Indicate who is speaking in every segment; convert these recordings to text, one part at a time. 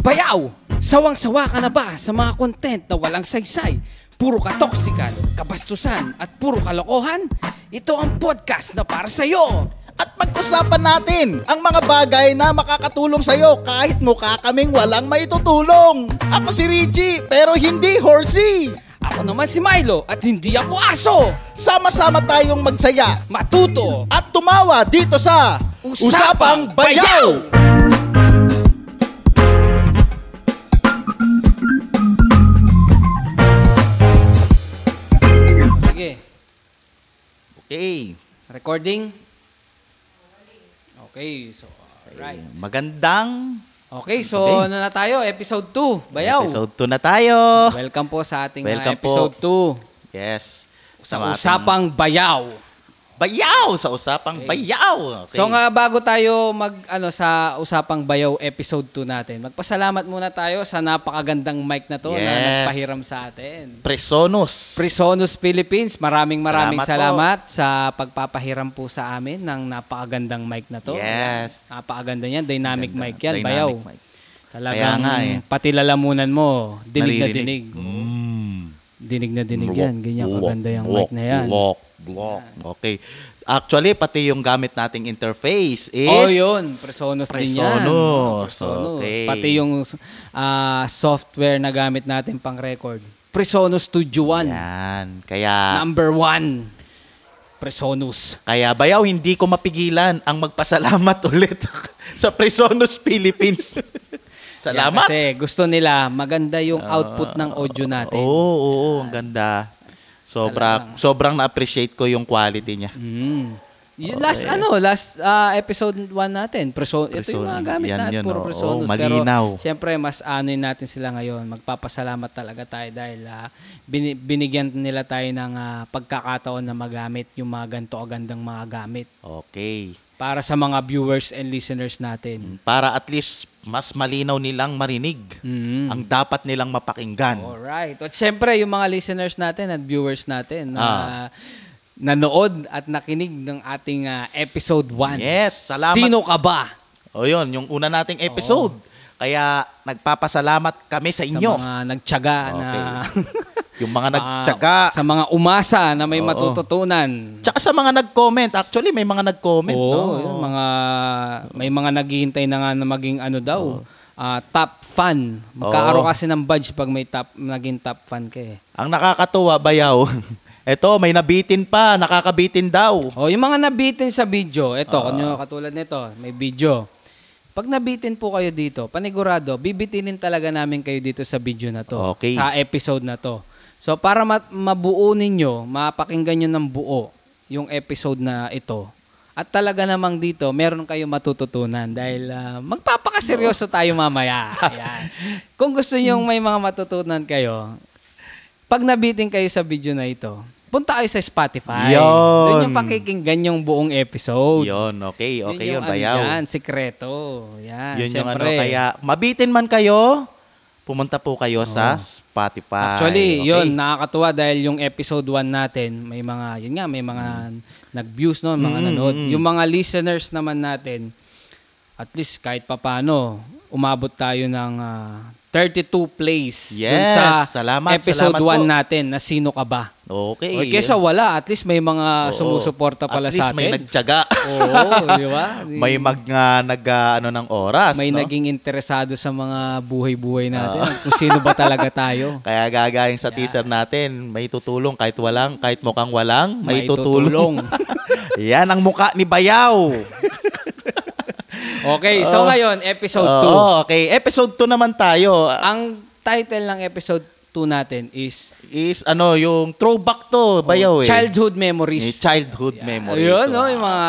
Speaker 1: Bayaw! Sawang-sawa ka na ba sa mga content na walang saysay? Puro katoksikan, kabastusan, at puro kalokohan? Ito ang podcast na para sa'yo!
Speaker 2: At pag-usapan natin ang mga bagay na makakatulong sa'yo kahit mukha kaming walang maitutulong. Ako si Richie, pero hindi horsey.
Speaker 1: Ako naman si Milo at hindi ako aso!
Speaker 2: Sama-sama tayong magsaya
Speaker 1: Matuto!
Speaker 2: at tumawa dito sa
Speaker 1: Usapang Bayaw! Sige,
Speaker 2: Okay.
Speaker 1: recording? Okay, so alright.
Speaker 2: Magandang
Speaker 1: Okay, so
Speaker 2: Okay.
Speaker 1: ano na tayo? Episode 2, Bayaw.
Speaker 2: episode 2 na tayo.
Speaker 1: Welcome po sa ating ah,
Speaker 2: Welcome po.
Speaker 1: episode 2
Speaker 2: Yes.
Speaker 1: sa
Speaker 2: Mga ating
Speaker 1: Usapang Bayaw.
Speaker 2: Bayaw! Sa Usapang Bayaw! Okay.
Speaker 1: So nga bago tayo mag ano sa Usapang Bayaw episode 2 natin, magpasalamat muna tayo sa napakagandang mic na to na
Speaker 2: Yes.
Speaker 1: nagpahiram sa atin.
Speaker 2: Presonus.
Speaker 1: Prisonus Philippines, maraming maraming salamat,
Speaker 2: Salamat
Speaker 1: sa pagpapahiram po sa amin ng napakagandang mic na to.
Speaker 2: Yes.
Speaker 1: Ayan. Napakaganda niyan, dynamic
Speaker 2: Ganda.
Speaker 1: mic yan,
Speaker 2: Dynamic
Speaker 1: Bayaw.
Speaker 2: mic.
Speaker 1: Talagang
Speaker 2: Kaya nga eh.
Speaker 1: pati lalamunan mo, dinig na dinig.
Speaker 2: Naririnig. Mm.
Speaker 1: Dinig na dinig
Speaker 2: Block,
Speaker 1: yan, ganyan
Speaker 2: block,
Speaker 1: kaganda yung
Speaker 2: block,
Speaker 1: mic na yan.
Speaker 2: Block, block. Okay. Actually, pati yung gamit nating interface is...
Speaker 1: Oh, yun. Presonus, din yan.
Speaker 2: Presonus. Okay.
Speaker 1: Pati yung ah, software na gamit natin pang record. Presonus Studio 1.
Speaker 2: Yan. Kaya,
Speaker 1: Number 1. Presonus.
Speaker 2: kaya bayaw, hindi ko mapigilan ang magpasalamat ulit sa Presonus Philippines. Salamat.
Speaker 1: Kasi gusto nila maganda yung output ng audio natin.
Speaker 2: Oo, oo, oo, ang ganda. Sobra, sobrang na-appreciate ko yung quality niya.
Speaker 1: Mm. Yung last ano, last ah, episode 1 natin, Preson, ito yung mga
Speaker 2: Preson-
Speaker 1: gamit
Speaker 2: yan
Speaker 1: natin,
Speaker 2: yun,
Speaker 1: puro
Speaker 2: oo,
Speaker 1: Presonus.
Speaker 2: malinaw.
Speaker 1: Pero siyempre, mas ano yun natin sila ngayon, magpapasalamat talaga tayo dahil ah, bini- binigyan nila tayo ng ah, pagkakataon na magamit yung mga ganito gandang mga gamit
Speaker 2: Okay.
Speaker 1: para sa mga viewers and listeners natin.
Speaker 2: Para at least mas malinaw nilang marinig
Speaker 1: Mm.
Speaker 2: ang dapat nilang mapakinggan.
Speaker 1: Alright. At syempre, yung mga listeners natin at viewers natin na
Speaker 2: Ah.
Speaker 1: nanood at nakinig ng ating ah, episode 1.
Speaker 2: Yes, salamat.
Speaker 1: Sino ka ba?
Speaker 2: O yun, yung una nating episode. Kaya nagpapasalamat kami
Speaker 1: Sa
Speaker 2: sa inyo.
Speaker 1: mga nagtiyaga
Speaker 2: Okay.
Speaker 1: na...
Speaker 2: yung mga
Speaker 1: Ah,
Speaker 2: nagtsaga.
Speaker 1: sa mga umasa na may matututunan.
Speaker 2: Tsaka sa mga nag-comment. Actually, may mga nag-comment.
Speaker 1: Oo,
Speaker 2: no?
Speaker 1: yun, mga may mga naghihintay na nga na maging ano daw, ah, top fan. Magkakaroon
Speaker 2: Oo.
Speaker 1: kasi ng badge pag may top naging top fan ka eh.
Speaker 2: Ang nakakatuwa, bayaw. Eto, may nabitin pa. Nakakabitin daw.
Speaker 1: Oh, yung mga nabitin sa video, ito,
Speaker 2: Ah.
Speaker 1: kunyo, katulad nito, may video. Pag nabitin po kayo dito, panigurado, bibitinin talaga namin kayo dito sa video na to.
Speaker 2: Okay.
Speaker 1: Sa episode na to. So, para ma- mabuo ninyo, mapakinggan nyo ng buo yung episode na ito. At talaga namang dito, meron kayo matututunan dahil ah, magpapakaseryoso tayo mamaya. Ayan. Kung gusto nyong may mga matutunan kayo, pag nabitin kayo sa video na ito, punta kayo sa Spotify.
Speaker 2: Yun.
Speaker 1: Doon yung pakikinggan yung buong episode.
Speaker 2: Hmm. Yun, okay. Okay yun,
Speaker 1: yung
Speaker 2: bayaw.
Speaker 1: Ano dyan, sikreto. Yan,
Speaker 2: yun yung ano.
Speaker 1: syempre.
Speaker 2: Kaya mabitin man kayo, pumunta po kayo sa Spotify.
Speaker 1: Actually,
Speaker 2: Okay.
Speaker 1: yun, nakakatuwa dahil yung episode 1 natin, may mga, yun nga, may mga
Speaker 2: Hmm.
Speaker 1: nag-views noon, mga nanood. Yung mga listeners naman natin, at least kahit papano, umabot tayo ng ah, 32 plays dun
Speaker 2: Yes,
Speaker 1: sa
Speaker 2: salamat,
Speaker 1: episode 1
Speaker 2: salamat po.
Speaker 1: natin na sino ka ba.
Speaker 2: Okay.
Speaker 1: Or kesa wala, at least may mga
Speaker 2: Oo.
Speaker 1: sumusuporta pala
Speaker 2: At least
Speaker 1: sa atin.
Speaker 2: may nagtsaga.
Speaker 1: Oo, di ba?
Speaker 2: may mag nga, nag ah, ano ng oras,
Speaker 1: May
Speaker 2: no? Ah.
Speaker 1: naging interesado sa mga buhay-buhay natin. Kung sino ba talaga tayo.
Speaker 2: Kaya gagaling sa teaser natin, may tutulong kahit walang, kahit mukhang walang, may, tutulong. Yan ang muka ni Bayaw.
Speaker 1: okay, so
Speaker 2: Ah.
Speaker 1: ngayon, episode 2.
Speaker 2: Oo, okay, episode 2 naman tayo.
Speaker 1: Ang title ng episode 2 natin is
Speaker 2: Is ano, yung throwback to, Bayaw eh.
Speaker 1: Childhood
Speaker 2: Ni
Speaker 1: Memories.
Speaker 2: childhood memories. Oh,
Speaker 1: Ayun,
Speaker 2: So,
Speaker 1: no? Yung mga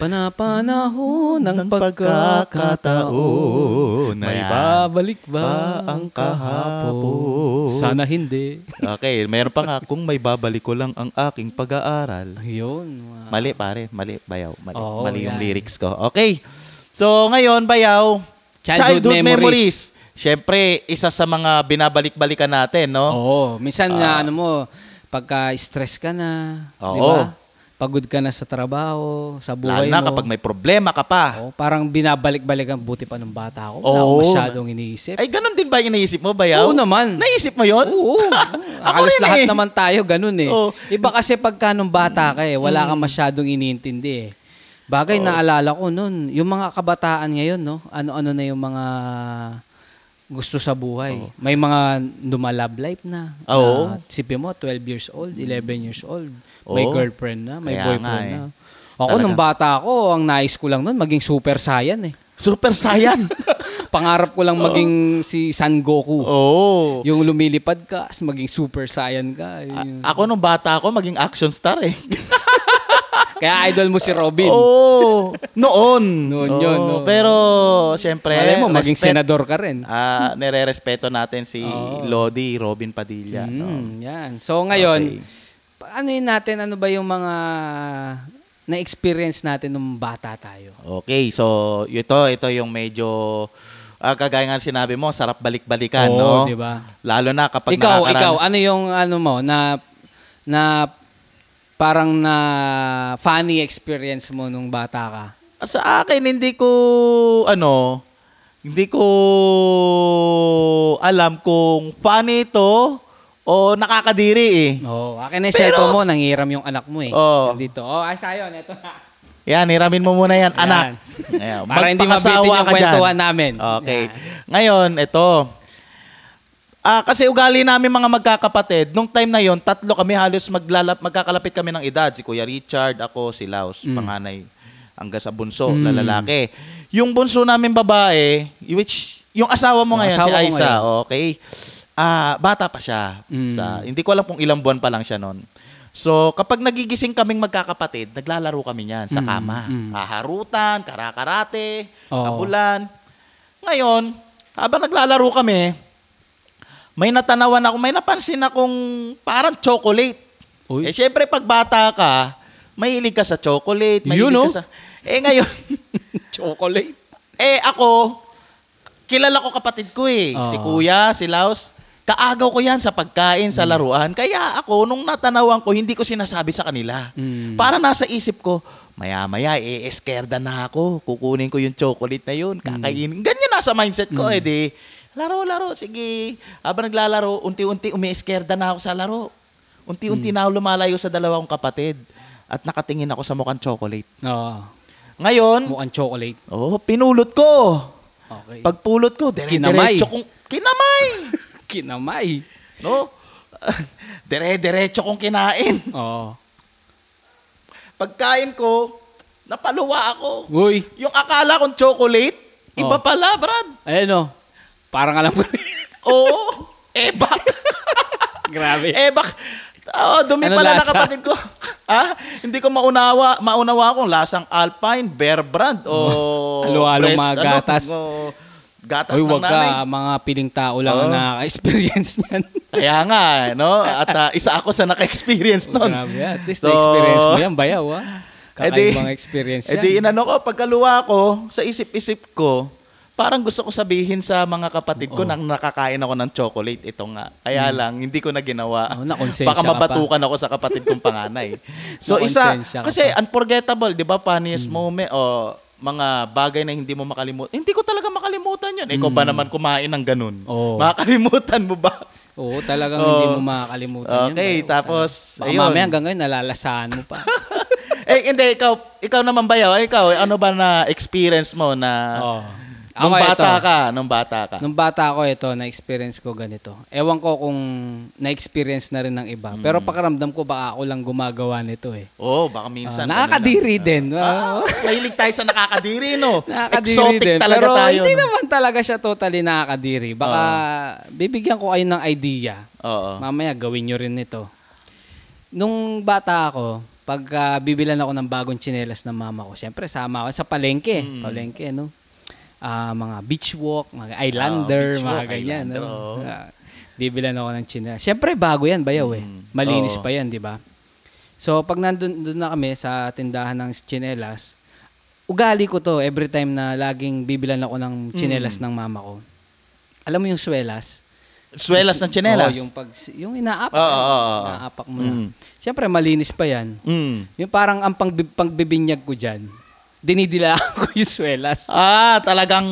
Speaker 1: panapanahon ng
Speaker 2: ng
Speaker 1: pagkakataon.
Speaker 2: pagkakataon.
Speaker 1: May
Speaker 2: Ayan.
Speaker 1: babalik
Speaker 2: Ba
Speaker 1: ba ang
Speaker 2: ang
Speaker 1: kahapon?
Speaker 2: kahapon?
Speaker 1: Sana hindi.
Speaker 2: Okay, meron pa nga, kung may babalik ko lang ang aking pag-aaral.
Speaker 1: Ayun. mga-
Speaker 2: Mali pare, mali bayaw, mali,
Speaker 1: Oo,
Speaker 2: mali yung
Speaker 1: Oh, yan.
Speaker 2: lyrics ko. Okay. So ngayon bayaw,
Speaker 1: Childhood memories.
Speaker 2: Siyempre, isa sa mga binabalik-balikan
Speaker 1: Oh,
Speaker 2: natin, no? Ah.
Speaker 1: Oo. Minsan na ano mo, pagka-stress ka na, di
Speaker 2: Oo.
Speaker 1: ba? Pagod ka na sa trabaho, sa buhay
Speaker 2: Lalo na
Speaker 1: mo.
Speaker 2: kapag may problema ka pa.
Speaker 1: Oh, parang binabalik-balik ang buti pa ng bata ako. Wala
Speaker 2: Oo.
Speaker 1: akong masyadong iniisip.
Speaker 2: Ay, ganun din ba yung naisip mo, Bayaw?
Speaker 1: Oo naman.
Speaker 2: Naisip mo yon?
Speaker 1: Oo. Akalos mm,
Speaker 2: eh.
Speaker 1: lahat naman tayo ganun eh.
Speaker 2: Oo.
Speaker 1: Iba kasi pagka nung bata ka eh, wala
Speaker 2: Mm.
Speaker 1: kang masyadong iniintindi eh.
Speaker 2: Oh.
Speaker 1: Bagay naalala ko noon, yung mga kabataan ngayon, no? Ano-ano na yung mga gusto sa buhay. May mga lumalab life na.
Speaker 2: Oh. Ah, Oo.
Speaker 1: Na, sipin mo, 12 years old, 11 years old. May
Speaker 2: Oo.
Speaker 1: girlfriend na, may
Speaker 2: Kaya
Speaker 1: boyfriend
Speaker 2: nga eh.
Speaker 1: na. Ako, nung bata ako, ang nais ko lang noon, maging super saiyan eh.
Speaker 2: Super Saiyan.
Speaker 1: Pangarap ko lang maging si San Goku.
Speaker 2: Oo.
Speaker 1: Yung lumilipad ka, as maging super saiyan ka. yun.
Speaker 2: A- ako nung bata ako, maging action star eh.
Speaker 1: Kaya idol mo si Robin.
Speaker 2: Oo. Oh. Noon.
Speaker 1: Noon
Speaker 2: Oo.
Speaker 1: yun, oo.
Speaker 2: Pero, syempre,
Speaker 1: Malay mo, maging
Speaker 2: respect-
Speaker 1: senador ka rin.
Speaker 2: Ah, nire-respeto natin si Lodi Robin Padilla. no?
Speaker 1: Mm, yan. So ngayon, pa- ano yun natin, ano ba yung mga na-experience natin nung bata tayo?
Speaker 2: Okay, so ito, ito yung medyo, ah, kagaya nga sinabi mo, sarap balik-balikan,
Speaker 1: Oo,
Speaker 2: no?
Speaker 1: di ba?
Speaker 2: Lalo na kapag
Speaker 1: ikaw,
Speaker 2: nakakaranas-
Speaker 1: ikaw, ano yung ano mo na na parang na funny experience mo nung bata ka?
Speaker 2: Ah, Sa akin, hindi ko, ano, hindi ko alam kung funny ito o nakakadiri eh.
Speaker 1: Oo, Oh, akin na seto mo, nangiram yung anak mo eh.
Speaker 2: Oo.
Speaker 1: Dito. Oh, ay sayo, eto na.
Speaker 2: Yan, hiramin mo muna yan, anak. Ayan,
Speaker 1: Para hindi
Speaker 2: magpakasawa
Speaker 1: mabitin yung
Speaker 2: ka dyan.
Speaker 1: kwentuhan namin.
Speaker 2: Okay. Ngayon, ito. Ah, kasi ugali namin mga magkakapatid, nung time na yon tatlo kami halos maglalap, magkakalapit kami ng edad. Si Kuya Richard, ako, si Laos,
Speaker 1: Mm.
Speaker 2: panganay, hanggang sa bunso, na lalaki. Yung bunso namin babae, which, yung asawa mo
Speaker 1: Yung
Speaker 2: ngayon,
Speaker 1: asawa
Speaker 2: si
Speaker 1: ko
Speaker 2: Aiza, okay? Ah, bata pa siya.
Speaker 1: Mm.
Speaker 2: Sa, hindi ko alam kung ilang buwan pa lang siya noon. So, kapag nagigising kaming magkakapatid, naglalaro
Speaker 1: Mm,
Speaker 2: kami niyan sa kama. Kaharutan, karakarate,
Speaker 1: Oo.
Speaker 2: kabulan. Ngayon, habang naglalaro kami, may natanawan ako, may napansin akong parang chocolate.
Speaker 1: Uy.
Speaker 2: Eh, syempre, pag bata ka, mahilig ka sa chocolate, mahilig
Speaker 1: Yun, oh.
Speaker 2: ka sa... Eh, ngayon,
Speaker 1: Chocolate.
Speaker 2: Eh ako, kilala ko kapatid ko eh.
Speaker 1: Oo.
Speaker 2: Si Kuya, si Laos. Kaagaw ko yan sa pagkain, sa laruan. Kaya ako, nung natanawan ko, hindi ko sinasabi sa kanila. Para nasa isip ko, maya-maya, e-eskerda na ako. Kukunin ko yung chocolate na yun. Kakainin. Ganyan nasa mindset ko eh di. Laro, laro. Sige. Habang naglalaro, unti-unti umi-eskerda na ako sa laro. Unti-unti na ako lumalayo sa dalawa kong kapatid. At nakatingin ako sa mukhang chocolate.
Speaker 1: Oo.
Speaker 2: Ngayon,
Speaker 1: Mukhang chocolate.
Speaker 2: oh, pinulot ko.
Speaker 1: Okay.
Speaker 2: Pagpulot ko,
Speaker 1: Kinamay.
Speaker 2: dire-diretso kong kinamay.
Speaker 1: Kinamay.
Speaker 2: No? dire-diretso kong kinain.
Speaker 1: Oo.
Speaker 2: Pagkain ko, napaluwa ako.
Speaker 1: Uy.
Speaker 2: Yung akala kong chocolate, iba
Speaker 1: Oh.
Speaker 2: pala, Brad.
Speaker 1: Ayun o. Parang alam ko.
Speaker 2: Oo. Ebak.
Speaker 1: Grabe.
Speaker 2: Ebak. Oh, dumi
Speaker 1: Anong
Speaker 2: pala na
Speaker 1: lasa?
Speaker 2: kapatid ko. ha? Hindi ko maunawa, maunawa kung lasang Alpine, Bear Brand, o...
Speaker 1: Halo-halong
Speaker 2: breast,
Speaker 1: mga
Speaker 2: ano,
Speaker 1: gatas.
Speaker 2: o gatas
Speaker 1: Uy,
Speaker 2: ng
Speaker 1: wag
Speaker 2: nanay.
Speaker 1: ka. Mga piling tao lang
Speaker 2: Oo.
Speaker 1: na experience niyan.
Speaker 2: Kaya nga, eh, no? At ah, isa ako sa naka-experience nun. Eh
Speaker 1: Grabe. At least
Speaker 2: So,
Speaker 1: na-experience mo yan. Bayaw ah.
Speaker 2: edi-
Speaker 1: Kakaibang experience yan.
Speaker 2: Edi inano ko, pagkaluwa ko, sa isip-isip ko, parang gusto ko sabihin sa mga kapatid ko nang nakakain ako ng chocolate. Ito nga. Kaya lang, hindi ko na ginawa.
Speaker 1: Mm. Oh, nakonsensya
Speaker 2: Baka
Speaker 1: ka pa.
Speaker 2: mabatukan ako sa kapatid kong panganay. so isa,
Speaker 1: Nakonsensya ka Mm.
Speaker 2: kasi unforgettable, di ba? Funniest moment. O, mga bagay na hindi mo makalimutan. Hindi ko talaga makalimutan yun. Ikaw ba naman kumain ng ganun?
Speaker 1: Mm. Oo.
Speaker 2: Makalimutan mo ba?
Speaker 1: Oo, talagang hindi
Speaker 2: Oo.
Speaker 1: mo makakalimutan yun.
Speaker 2: Okay,
Speaker 1: Bayaw.
Speaker 2: tapos,
Speaker 1: Baka
Speaker 2: ayun.
Speaker 1: mamaya hanggang ngayon nalalasahan mo pa.
Speaker 2: eh, hindi, ikaw, ikaw naman ba yaw? Ikaw, ano ba na experience mo na
Speaker 1: Oo.
Speaker 2: Ah.
Speaker 1: Oh,
Speaker 2: nung
Speaker 1: Ako,
Speaker 2: bata
Speaker 1: ito.
Speaker 2: ka, nung bata ka?
Speaker 1: Nung bata ako, ito, na-experience ko ganito. Ewan ko kung na-experience na rin ng iba. Pero
Speaker 2: Hmm.
Speaker 1: pakiramdam ko, baka ako lang gumagawa nito eh.
Speaker 2: Oo, oh, baka minsan.
Speaker 1: Ah, nakakadiri din.
Speaker 2: Ah, mahilig tayo sa nakakadiri, no?
Speaker 1: nakakadiri
Speaker 2: Exotic
Speaker 1: din.
Speaker 2: talaga
Speaker 1: Pero
Speaker 2: tayo.
Speaker 1: hindi
Speaker 2: no?
Speaker 1: naman talaga siya totally nakakadiri. Baka bibigyan ko kayo ng idea.
Speaker 2: Oo.
Speaker 1: Mamaya gawin nyo rin ito. Nung bata ako, pag ah, bibilan ako ng bagong tsinelas ng mama ko, syempre sama ako sa palengke.
Speaker 2: Hmm.
Speaker 1: Palengke, no? Ah, mga beach walk, mga islander,
Speaker 2: Ah, beach
Speaker 1: mga
Speaker 2: walk,
Speaker 1: ganyan.
Speaker 2: islander, oo.
Speaker 1: no? Ah, bibilan ako ng tsinelas. Syempre, bago yan, bayaw eh. Malinis
Speaker 2: Hmm. oo.
Speaker 1: pa yan, di ba? So, pag nandun dun na kami sa tindahan ng tsinelas, ugali ko to every
Speaker 2: Hmm.
Speaker 1: time na laging bibilan ako ng tsinelas ng mama ko. Alam mo yung swelas?
Speaker 2: Swelas ng tsinelas.
Speaker 1: Oo, Oh, yung, Ah. pag, yung inaapak.
Speaker 2: Oo, oo, oo.
Speaker 1: Inaapak mo na.
Speaker 2: Mm.
Speaker 1: Siyempre, malinis pa yan.
Speaker 2: Mm.
Speaker 1: Yung parang ang pang, pangbibinyag ko dyan, dinidilaan ko yung swelas.
Speaker 2: Ah, talagang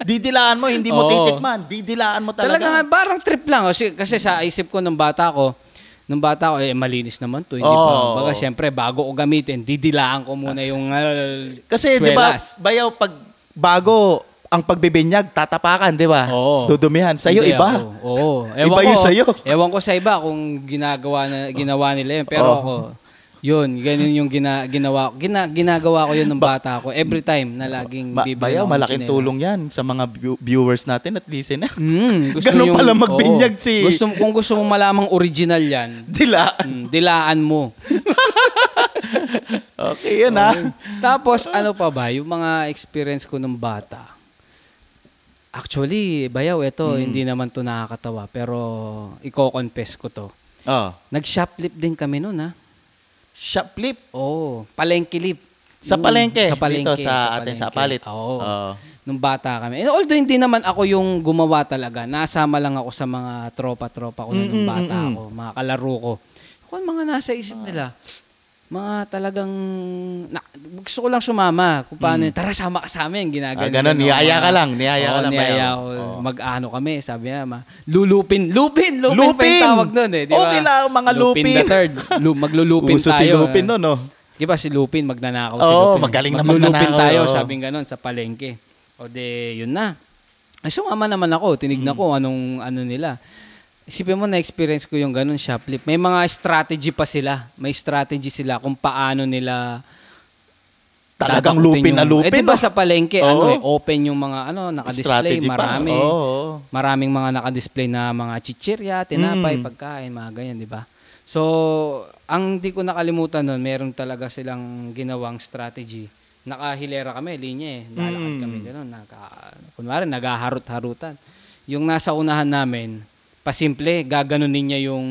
Speaker 2: didilaan mo, hindi mo
Speaker 1: Oo.
Speaker 2: titikman. Didilaan mo
Speaker 1: Talaga nga,
Speaker 2: talaga.
Speaker 1: parang trip lang. Kasi, kasi sa isip ko nung bata ko, nung bata ko, eh, malinis naman to. Hindi
Speaker 2: Oo.
Speaker 1: pa. Baga, siyempre, bago ko gamitin, didilaan ko muna yung uh,
Speaker 2: Kasi di ba, bayaw pag bago ang pagbibinyag, tatapakan, di ba?
Speaker 1: Oo.
Speaker 2: Dudumihan. Sa'yo
Speaker 1: Hindi
Speaker 2: iba.
Speaker 1: ako. Oo.
Speaker 2: Iba
Speaker 1: ko,
Speaker 2: yun sa'yo.
Speaker 1: Ewan ko sa iba kung ginagawa na, ginawa nila yun. Pero
Speaker 2: Oo.
Speaker 1: ako, yun, ganun yung gina, ginawa, gina, ginagawa ko yun ng bata ko. Every time na laging
Speaker 2: Ma-
Speaker 1: bibili ako
Speaker 2: bayaw,
Speaker 1: ng
Speaker 2: malaking
Speaker 1: tsinelas.
Speaker 2: tulong yan sa mga view- viewers natin at listener.
Speaker 1: Mm, gusto
Speaker 2: Ganun
Speaker 1: yung-
Speaker 2: pala magbinyag
Speaker 1: oo.
Speaker 2: si-
Speaker 1: Gusto, kung gusto mo malamang original yan, mm,
Speaker 2: Dilaan.
Speaker 1: dilaan mo.
Speaker 2: Okay, yun ah.
Speaker 1: Tapos, ano pa ba? Yung mga experience ko nung bata. Actually, bayaw,
Speaker 2: Hmm.
Speaker 1: ito, hindi naman to nakakatawa. Pero, i-confess ko to. Ah.
Speaker 2: Oh.
Speaker 1: Nag-shoplift din kami noon, ha?
Speaker 2: Shoplift.
Speaker 1: Oo. Oh, Palengke lip.
Speaker 2: Sa
Speaker 1: Yun,
Speaker 2: palengke.
Speaker 1: Sa palengke.
Speaker 2: Dito sa atin, sa
Speaker 1: palengke.
Speaker 2: Apalit.
Speaker 1: Oo.
Speaker 2: Oo.
Speaker 1: Nung bata kami. And although hindi naman ako yung gumawa talaga. Nasama lang ako sa mga tropa-tropa ko na nung bata ako. Mga kalaro ko. Ako ang mga nasa isip nila. Mga talagang... Na, gusto ko lang sumama. Kung paano, tara sama ka sa amin. Ginagano.
Speaker 2: Mm. Ah, ganun, niyaaya ka lang, niyaaya ka lang,
Speaker 1: Niaya
Speaker 2: bayaw.
Speaker 1: ako.
Speaker 2: Oo.
Speaker 1: Mag-ano kami. Sabi niya, ma, lulupin. Lupin! Lupin! pa
Speaker 2: Lupin!
Speaker 1: yung tawag nun eh. Di ba?
Speaker 2: Okay lang, mga lupin.
Speaker 1: the third. Lu- maglulupin
Speaker 2: Uso
Speaker 1: tayo. eh.
Speaker 2: si Lupin nun, oh. no?
Speaker 1: Di ba si Lupin, magnanakaw si
Speaker 2: Oo,
Speaker 1: Lupin.
Speaker 2: magaling na
Speaker 1: Maglulupin
Speaker 2: magnanakaw,
Speaker 1: tayo,
Speaker 2: oo.
Speaker 1: sabing ganon, sa palengke. O de, yun na. Ay, sumama naman ako.
Speaker 2: Mm.
Speaker 1: Tinignan ko anong ano nila. Isipin mo, na-experience ko yung ganun shoplift. May mga strategy pa sila. May strategy sila kung paano nila
Speaker 2: Talagang
Speaker 1: tatakutin
Speaker 2: lupin na
Speaker 1: yung-
Speaker 2: lupin. oh.
Speaker 1: Eh, di ba
Speaker 2: no?
Speaker 1: sa palengke,
Speaker 2: Oo.
Speaker 1: ano eh, open yung mga ano, nakadisplay,
Speaker 2: Strategy pa.
Speaker 1: marami.
Speaker 2: Oo.
Speaker 1: Maraming mga nakadisplay na mga chichirya, tinapay,
Speaker 2: Mm.
Speaker 1: pagkain, mga ganyan, di ba? So, ang di ko nakalimutan nun, meron talaga silang ginawang strategy. Nakahilera kami, linya eh. Lalakad kami,
Speaker 2: Mm.
Speaker 1: gano'n. Naka, kunwari, nagaharot-harutan. Yung nasa unahan namin, pasimple, gaganunin niya yung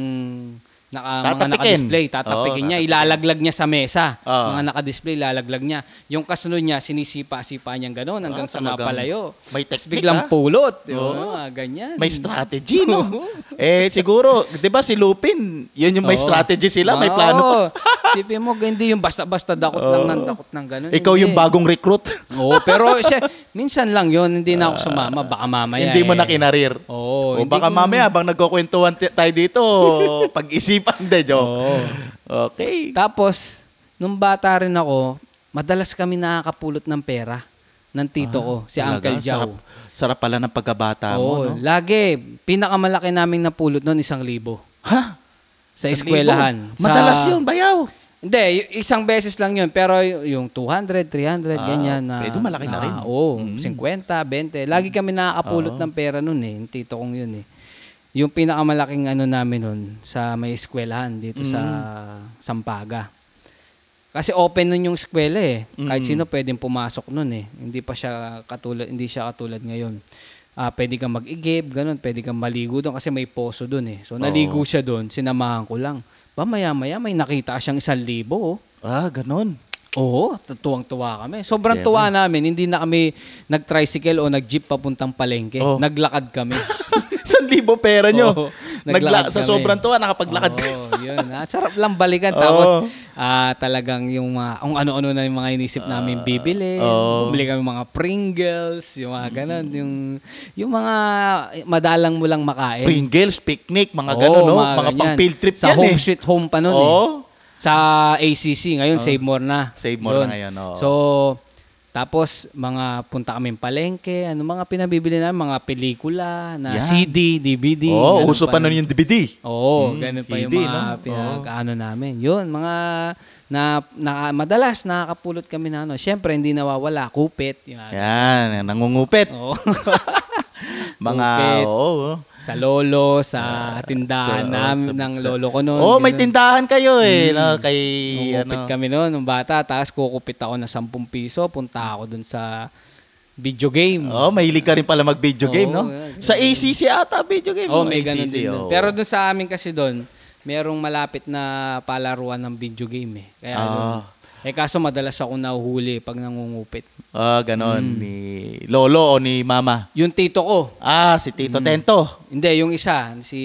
Speaker 1: naka, mga
Speaker 2: Tatapikin.
Speaker 1: naka-display.
Speaker 2: Oo,
Speaker 1: Tatatapikin niya, ilalaglag niya sa mesa.
Speaker 2: Oo.
Speaker 1: Mga nakadisplay, ilalaglag niya. Yung kasunod niya, sinisipa-sipa niyang gano'n hanggang
Speaker 2: Ah,
Speaker 1: sa
Speaker 2: talagang
Speaker 1: mapalayo.
Speaker 2: may
Speaker 1: Tapos
Speaker 2: teknik,
Speaker 1: biglang
Speaker 2: ah.
Speaker 1: pulot. Oo, mga ganyan.
Speaker 2: May strategy, no? eh, siguro, di ba si Lupin, yun yung may
Speaker 1: Oo.
Speaker 2: strategy sila, may
Speaker 1: Oo.
Speaker 2: plano.
Speaker 1: Sipin mo, hindi yung basta-basta dakot lang ng dakot ng gano'n.
Speaker 2: Ikaw yung bagong recruit.
Speaker 1: Oo, pero siya, minsan lang yon hindi na ako sumama. Baka mamaya
Speaker 2: Ah. hindi mo
Speaker 1: eh.
Speaker 2: na kinarir.
Speaker 1: Oo,
Speaker 2: o
Speaker 1: hindi
Speaker 2: baka
Speaker 1: ko-
Speaker 2: mamaya, habang nagkukwentuhan t- tayo dito, pag-isipan, de, joke.
Speaker 1: Oo.
Speaker 2: Okay.
Speaker 1: Tapos, nung bata rin ako, madalas kami nakakapulot ng pera ng tito ko, si
Speaker 2: Ah, Talaga,
Speaker 1: Uncle Jow.
Speaker 2: Sarap, sarap pala ng pagkabata mo,
Speaker 1: Oo,
Speaker 2: no?
Speaker 1: lagi. Pinakamalaki naming napulot noon, isang libo.
Speaker 2: Ha?
Speaker 1: Sa eskwelahan. Sa-
Speaker 2: Madalas yun, bayaw.
Speaker 1: Hindi, y- isang beses lang yun. Pero y- yung 200, 300,
Speaker 2: Ah,
Speaker 1: ganyan. Na,
Speaker 2: pwede malaki na rin. Mm-hmm.
Speaker 1: Oo, 50, 20. Lagi kami nakakapulot ng pera nun eh. Yung tito kong yun eh. Yung pinakamalaking ano namin nun sa may eskwelahan dito sa
Speaker 2: Mm-hmm.
Speaker 1: Sampaga. Kasi open nun yung eskwela eh. Kahit sino pwedeng pumasok nun eh. Hindi pa siya katulad, hindi siya katulad ngayon. Ah, pwede kang mag-igib, ganun. Pwede kang maligo doon kasi may poso doon eh. So naligo siya doon, sinamahan ko lang. Ba maya-maya may nakita siyang isang libo oh.
Speaker 2: Ah, ganun.
Speaker 1: Oo, tu- tuwang-tuwa kami. Sobrang tuwa namin. Hindi na kami nag-tricycle o nag-jeep papuntang palengke.
Speaker 2: Oo.
Speaker 1: Naglakad kami.
Speaker 2: San libo pera
Speaker 1: Oo,
Speaker 2: nyo?
Speaker 1: naglakad
Speaker 2: Nagla- sa
Speaker 1: kami.
Speaker 2: sobrang tuwa, nakapaglakad.
Speaker 1: Oo, yun. At sarap lang balikan.
Speaker 2: Oo.
Speaker 1: Tapos, ah, talagang yung mga, kung ano-ano na yung mga inisip namin bibili.
Speaker 2: Ah, oo.
Speaker 1: Bumili kami mga Pringles, yung mga ganun. Yung, yung mga madalang mo lang makain.
Speaker 2: Pringles, picnic, mga
Speaker 1: Oo,
Speaker 2: ganun, no? Mga,
Speaker 1: ganyan.
Speaker 2: pang field trip
Speaker 1: Sa
Speaker 2: yan
Speaker 1: home
Speaker 2: eh.
Speaker 1: sweet home pa nun eh.
Speaker 2: Oo.
Speaker 1: Sa ACC. Ngayon, save more na.
Speaker 2: Save more
Speaker 1: Yun.
Speaker 2: na ngayon, oo.
Speaker 1: So, tapos, mga punta kaming palengke, ano mga pinabibili namin, mga pelikula, na
Speaker 2: Yan.
Speaker 1: CD, DVD.
Speaker 2: Oo,
Speaker 1: ganun
Speaker 2: uso pa nun yung DVD.
Speaker 1: Oo,
Speaker 2: Mm,
Speaker 1: ganun pa yung
Speaker 2: CD,
Speaker 1: mga
Speaker 2: no?
Speaker 1: pinag ano namin. Yun, mga na, na madalas nakakapulot kami na ano. Siyempre hindi nawawala kupit, yung mga-
Speaker 2: Yan, nangungupit.
Speaker 1: Oo.
Speaker 2: Mga,
Speaker 1: Oh, Ngupit.
Speaker 2: oo.
Speaker 1: sa lolo, sa tindahan
Speaker 2: Ah, sa-
Speaker 1: namin
Speaker 2: sa-
Speaker 1: ng lolo ko noon.
Speaker 2: Oo,
Speaker 1: ganun.
Speaker 2: may
Speaker 1: Hmm.
Speaker 2: tindahan kayo eh. na kay, ano.
Speaker 1: Kukupit kami noon nung bata. Tapos kukupit ako ng 10 piso. Punta ako dun sa video game.
Speaker 2: Oo, oh, mahilig ka rin pala mag-video
Speaker 1: Oo,
Speaker 2: game, no?
Speaker 1: yan.
Speaker 2: Sa ACC ata, video game.
Speaker 1: Oh,
Speaker 2: no?
Speaker 1: may ganun
Speaker 2: ACC,
Speaker 1: din. dun.
Speaker 2: oo.
Speaker 1: Pero dun sa amin kasi doon, merong malapit na palaruan ng video game eh. Kaya
Speaker 2: Ah.
Speaker 1: yun, Eh kaso madalas ako nahuhuli pag nangungupit.
Speaker 2: Ah, ganon.
Speaker 1: Hmm.
Speaker 2: Ni Lolo o ni Mama.
Speaker 1: Yung tito ko,
Speaker 2: Ah, si Tito
Speaker 1: Hmm.
Speaker 2: Tento.
Speaker 1: hindi, yung isa, si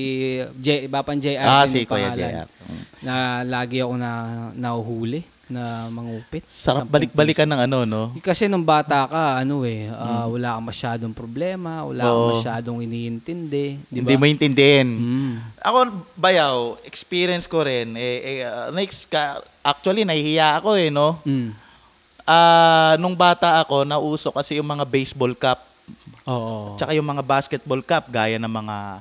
Speaker 1: J, Bapan JR. din
Speaker 2: Ah, si
Speaker 1: yung
Speaker 2: Kuya
Speaker 1: pangalan,
Speaker 2: JR. Mm.
Speaker 1: Na lagi ako na nahuhuli na mangupit.
Speaker 2: Sarap
Speaker 1: Sampung
Speaker 2: balik-balikan ng ano, no?
Speaker 1: Kasi nung bata ka, ano eh, ah, wala kang masyadong problema, wala kang
Speaker 2: Mm. Oo.
Speaker 1: masyadong iniintindi, di ba?
Speaker 2: Hindi mo intindihin.
Speaker 1: Mm.
Speaker 2: Ako, bayaw, experience ko rin. Eh, eh, ah, next, ka, actually, nahihiya ako eh, no?
Speaker 1: Mm.
Speaker 2: Ah, nung bata ako, nauso kasi yung mga baseball cap.
Speaker 1: Oo.
Speaker 2: Tsaka yung mga basketball cap, gaya ng mga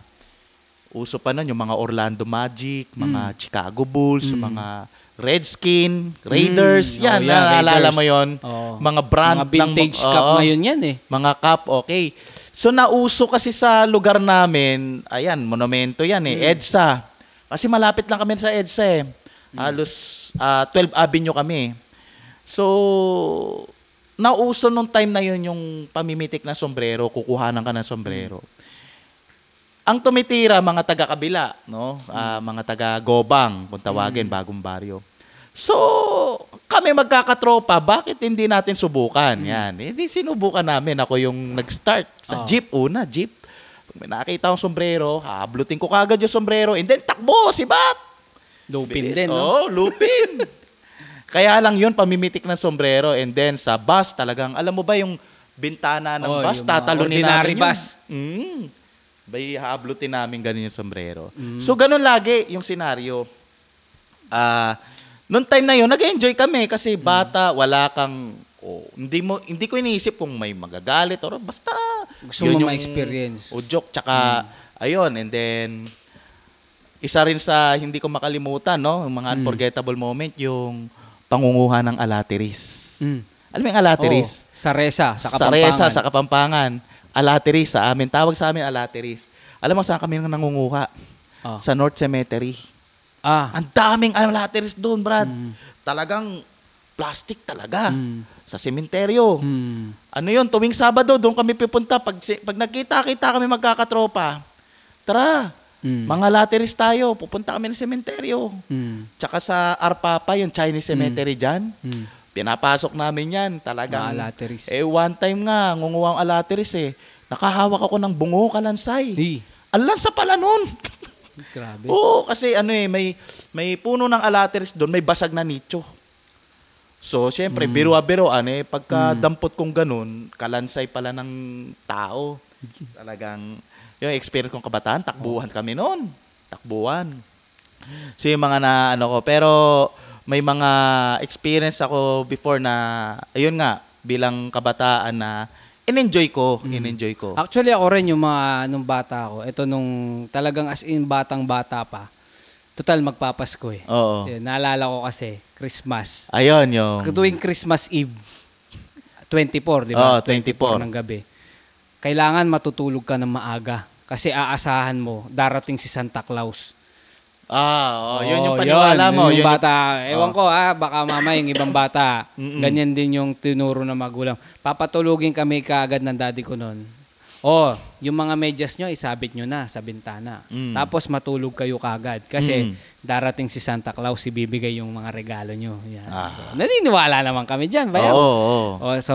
Speaker 2: uso pa nun, yung mga Orlando Magic, mga
Speaker 1: Hmm.
Speaker 2: Chicago Bulls, mga Redskin, Raiders,
Speaker 1: Mm.
Speaker 2: yan,
Speaker 1: Hmm. Oh, yeah,
Speaker 2: naalala
Speaker 1: Raiders.
Speaker 2: mo yon
Speaker 1: Oo.
Speaker 2: Mga brand
Speaker 1: Mga vintage
Speaker 2: ng, Oh.
Speaker 1: cup
Speaker 2: oo,
Speaker 1: ngayon yan eh.
Speaker 2: Mga cup, okay. So nauso kasi sa lugar namin, ayan, monumento yan eh, EDSA. Kasi malapit lang kami sa EDSA eh. Halos ah, 12 Avenue kami. So, nauso nung time na yun yung pamimitik na sombrero, kukuhanan ka ng sombrero ang tumitira mga taga-kabila, no? Ah, mga taga-Gobang, kung tawagin, bagong baryo. So, kami magkakatropa, bakit hindi natin subukan? Yan. Hindi sinubukan namin. Ako yung nag-start sa
Speaker 1: Oh.
Speaker 2: jeep una, jeep. Pag may nakita akong sombrero, hablutin ko kagad yung sombrero and then takbo, sibat!
Speaker 1: Lupin
Speaker 2: Bilis. oh.
Speaker 1: din, no?
Speaker 2: Oo, lupin. Kaya lang yun, pamimitik ng sombrero. And then sa bus talagang, alam mo ba yung bintana ng
Speaker 1: Oo, Oh,
Speaker 2: bus,
Speaker 1: yung mga
Speaker 2: tatalunin
Speaker 1: ordinary
Speaker 2: namin
Speaker 1: bus.
Speaker 2: yun. Mm. Bay, haablutin namin ganun yung sombrero.
Speaker 1: Mm.
Speaker 2: So, ganun lagi yung senaryo. Ah, noong time na yun, nag-enjoy
Speaker 1: Mm.
Speaker 2: kami kasi bata, wala kang oh, hindi mo hindi ko iniisip kung may magagalit or basta
Speaker 1: Gusto mo ma-experience. Mm.
Speaker 2: O joke tsaka ayun and then isa rin sa hindi ko makalimutan, no? Yung
Speaker 1: Mm.
Speaker 2: mga unforgettable moment, yung pangunguha ng alateris.
Speaker 1: Mm.
Speaker 2: Alam mo yung alateris?
Speaker 1: Oo, sa Resa, sa Kapampangan.
Speaker 2: Resa, Ah, sa Kapampangan. Alateris sa amin. Tawag sa amin alateris. Alam mo saan kami nangunguha?
Speaker 1: Ah.
Speaker 2: Sa North Cemetery.
Speaker 1: Ah,
Speaker 2: Ang daming alateris doon, Brad.
Speaker 1: Mm.
Speaker 2: Talagang plastic talaga. Sa sementeryo.
Speaker 1: mm.
Speaker 2: Ano yun, tuwing Sabado, doon kami pupunta. Pag, si- pag nagkita-kita kami magkakatropa, tara,
Speaker 1: Mm.
Speaker 2: mga lateris tayo, pupunta kami ng sementeryo.
Speaker 1: Mm.
Speaker 2: Tsaka sa Arpapa, yung Chinese cemetery dyan,
Speaker 1: Mm.
Speaker 2: pinapasok namin yan. Talagang,
Speaker 1: Mga alateris.
Speaker 2: eh one time nga, ngunguha ang alateris eh. Nakahawak ako ng bungo kalansay.
Speaker 1: Hey,
Speaker 2: Ang lansa pala nun.
Speaker 1: grabe.
Speaker 2: Oo, kasi ano eh, may, may puno ng alateris doon, may basag na nicho. So, syempre,
Speaker 1: Mm.
Speaker 2: biruwa-biruan eh, pagka dampot kong ganun, kalansay pala ng tao. Talagang, yung experience kong kabataan, takbuhan kami noon. Takbuhan. So, yung mga na, ano ko, pero may mga experience ako before na, ayun nga, bilang kabataan na, in-enjoy ko,
Speaker 1: Mm.
Speaker 2: in-enjoy ko.
Speaker 1: Actually, ako rin yung mga nung bata ko. Ito nung talagang as in batang-bata pa. Total, magpapasko eh.
Speaker 2: Oo.
Speaker 1: Eh, naalala ko kasi, Christmas.
Speaker 2: Ayun yung...
Speaker 1: Tuwing Christmas Eve, 24, di ba?
Speaker 2: Oo, 24.
Speaker 1: ng gabi. Kailangan matutulog ka ng maaga. Kasi aasahan mo, darating si Santa Claus.
Speaker 2: Ah, oh, yun yung
Speaker 1: Oo,
Speaker 2: paniwala
Speaker 1: yun,
Speaker 2: mo.
Speaker 1: Yun yung
Speaker 2: yun yung- Oh.
Speaker 1: bata. Ewan ko ah, baka mama yung ibang bata. ganyan din yung tinuro ng magulang. Papatulugin kami kaagad ng daddy ko noon. Oh, yung mga medyas nyo, isabit nyo na sa bintana.
Speaker 2: Mm.
Speaker 1: Tapos matulog kayo kaagad. Kasi darating si Santa Claus, ibibigay yung mga regalo nyo. Yan. So, naniniwala naman kami dyan. Bayaw.
Speaker 2: Ah. Oo, oo.
Speaker 1: Oh, so,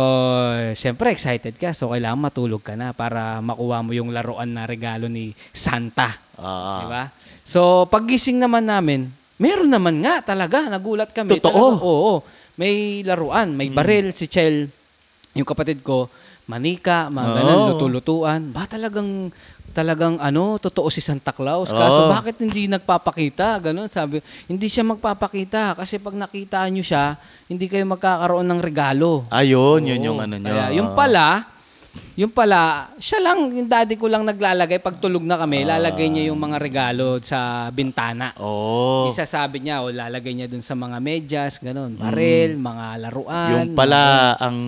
Speaker 1: syempre excited ka. So, kailangan matulog ka na para makuha mo yung laruan na regalo ni Santa.
Speaker 2: Ah.
Speaker 1: Diba? So, paggising naman namin, meron naman nga talaga. Nagulat kami.
Speaker 2: Totoo. Mm.
Speaker 1: Talaga, oo. May laruan, may baril, si Chel, yung kapatid ko, manika, mga
Speaker 2: Oo.
Speaker 1: ganun, luto-lutuan. Ba talagang talagang ano, totoo si Santa Claus. Kaso
Speaker 2: Oo.
Speaker 1: bakit hindi nagpapakita? Ganun sabi. Hindi siya magpapakita kasi pag nakita niyo siya, hindi kayo magkakaroon ng regalo.
Speaker 2: Ayun, yun
Speaker 1: Oo.
Speaker 2: yung ano nyo.
Speaker 1: Kaya, yung pala, yung pala, siya lang, yung daddy ko lang naglalagay. Pag tulog na kami, lalagay niya yung mga regalo sa bintana.
Speaker 2: Oo.
Speaker 1: Isasabi niya, o lalagay niya dun sa mga medyas, ganun, baril, mga laruan.
Speaker 2: Mm. Yung pala ang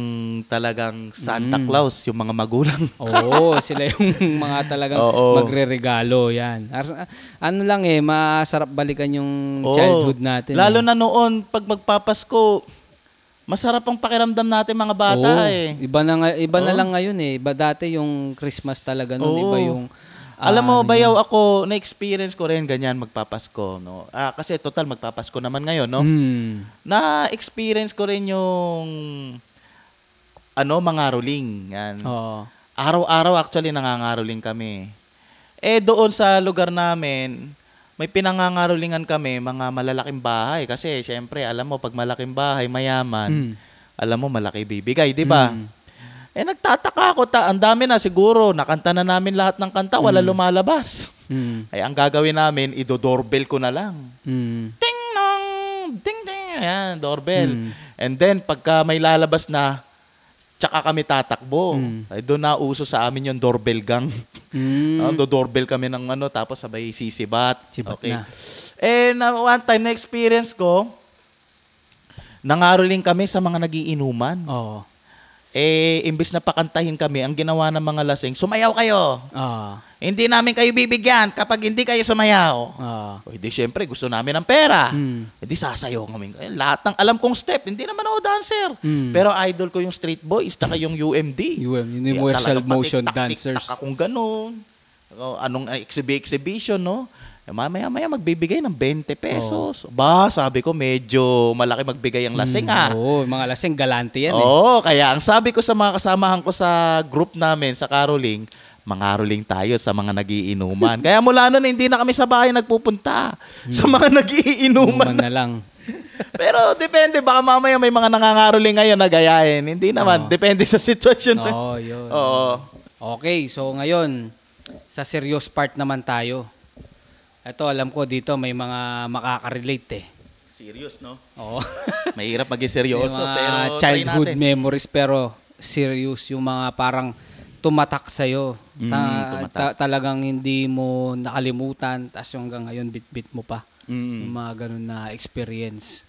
Speaker 2: talagang Santa
Speaker 1: Mm.
Speaker 2: Claus, yung mga magulang.
Speaker 1: Oo, sila yung mga talagang
Speaker 2: Oo.
Speaker 1: magre-regalo. Yan. Ar- Ano lang eh, masarap balikan yung
Speaker 2: Oo.
Speaker 1: childhood natin.
Speaker 2: Lalo
Speaker 1: eh.
Speaker 2: na noon, pag magpapasko, masarap ang pakiramdam natin mga bata
Speaker 1: Oo.
Speaker 2: eh. Oh.
Speaker 1: Iba na, nga- iba na lang ngayon eh. Iba dati yung Christmas talaga nun.
Speaker 2: Oo.
Speaker 1: Iba yung
Speaker 2: Alam mo,
Speaker 1: ano
Speaker 2: bayaw ako, na-experience ko rin ganyan magpapasko. No? Ah, kasi total, magpapasko naman ngayon. No?
Speaker 1: Mm.
Speaker 2: Na-experience ko rin yung ano, mga ruling. Yan.
Speaker 1: Oo.
Speaker 2: Araw-araw actually nangangaroling kami. Eh doon sa lugar namin, may pinangangarolingan kami mga malalaking bahay kasi syempre alam mo pag malaking bahay mayaman,
Speaker 1: Mm.
Speaker 2: alam mo malaki bibigay, 'di ba? Eh nagtataka ako ta, ang dami na siguro, nakanta na namin lahat ng kanta, wala lumalabas.
Speaker 1: Mm.
Speaker 2: Ay ang gagawin namin, ido-doorbell ko na lang.
Speaker 1: Mm.
Speaker 2: Ting nong, ting ting, ayan, doorbell. And then pagka may lalabas na, tsaka kami tatakbo. Ay doon na uso sa amin yung doorbell gang.
Speaker 1: Mm.
Speaker 2: Mm. doorbell kami ng ano, tapos sabay sisibat.
Speaker 1: Sibat na.
Speaker 2: Eh, na, one time na experience ko, nangaroling kami sa mga nagiinuman.
Speaker 1: Oo.
Speaker 2: Eh, imbis na pakantahin kami, ang ginawa ng mga lasing, sumayaw kayo.
Speaker 1: Ah.
Speaker 2: Hindi namin kayo bibigyan kapag hindi kayo sumayaw.
Speaker 1: Ah.
Speaker 2: O di syempre, gusto namin ng pera.
Speaker 1: Mm.
Speaker 2: E di sasayaw kami. Eh, lahat ng alam kong step, hindi naman ako dancer.
Speaker 1: Mm.
Speaker 2: Pero idol ko yung street boys, taka yung UMD.
Speaker 1: UM,
Speaker 2: Kaya
Speaker 1: Universal
Speaker 2: talagang
Speaker 1: Motion
Speaker 2: patiktak-tiktak
Speaker 1: Dancers.
Speaker 2: akong ganun. O, Anong eh, exhibi- exhibition, no? Eh, Mamaya-maya magbibigay ng
Speaker 1: Oh.
Speaker 2: 20 pesos. Ba, sabi ko, medyo malaki magbigay ang lasing, ha?
Speaker 1: Oo, mga lasing galante Hmm. Oh, yan eh.
Speaker 2: Oo, kaya ang sabi ko sa mga kasamahan ko sa group namin, sa Caroling, mangaroling tayo sa mga nagiinuman. kaya mula noon, eh, hindi na kami sa bahay nagpupunta. Sa mga
Speaker 1: Uman
Speaker 2: nagiinuman.
Speaker 1: Hmm. na lang.
Speaker 2: Pero depende, baka mamaya may mga nangangaroling ngayon na gayahin. Hindi naman, depende sa sitwasyon.
Speaker 1: Oo,
Speaker 2: Oo.
Speaker 1: Oh, yun. Okay, so ngayon, sa serious part naman tayo. Ito, alam ko dito may mga makaka-relate eh.
Speaker 2: Serious, no?
Speaker 1: Oo.
Speaker 2: Mahirap maging
Speaker 1: Yung
Speaker 2: seryoso,
Speaker 1: mga
Speaker 2: pero
Speaker 1: childhood
Speaker 2: try natin.
Speaker 1: memories pero serious yung mga parang tumatak sa'yo.
Speaker 2: Mm,
Speaker 1: Ta-
Speaker 2: tumatak.
Speaker 1: ta- talagang hindi mo nakalimutan tas yung hanggang ngayon bit-bit mo pa.
Speaker 2: Mm.
Speaker 1: Yung mga ganun na experience.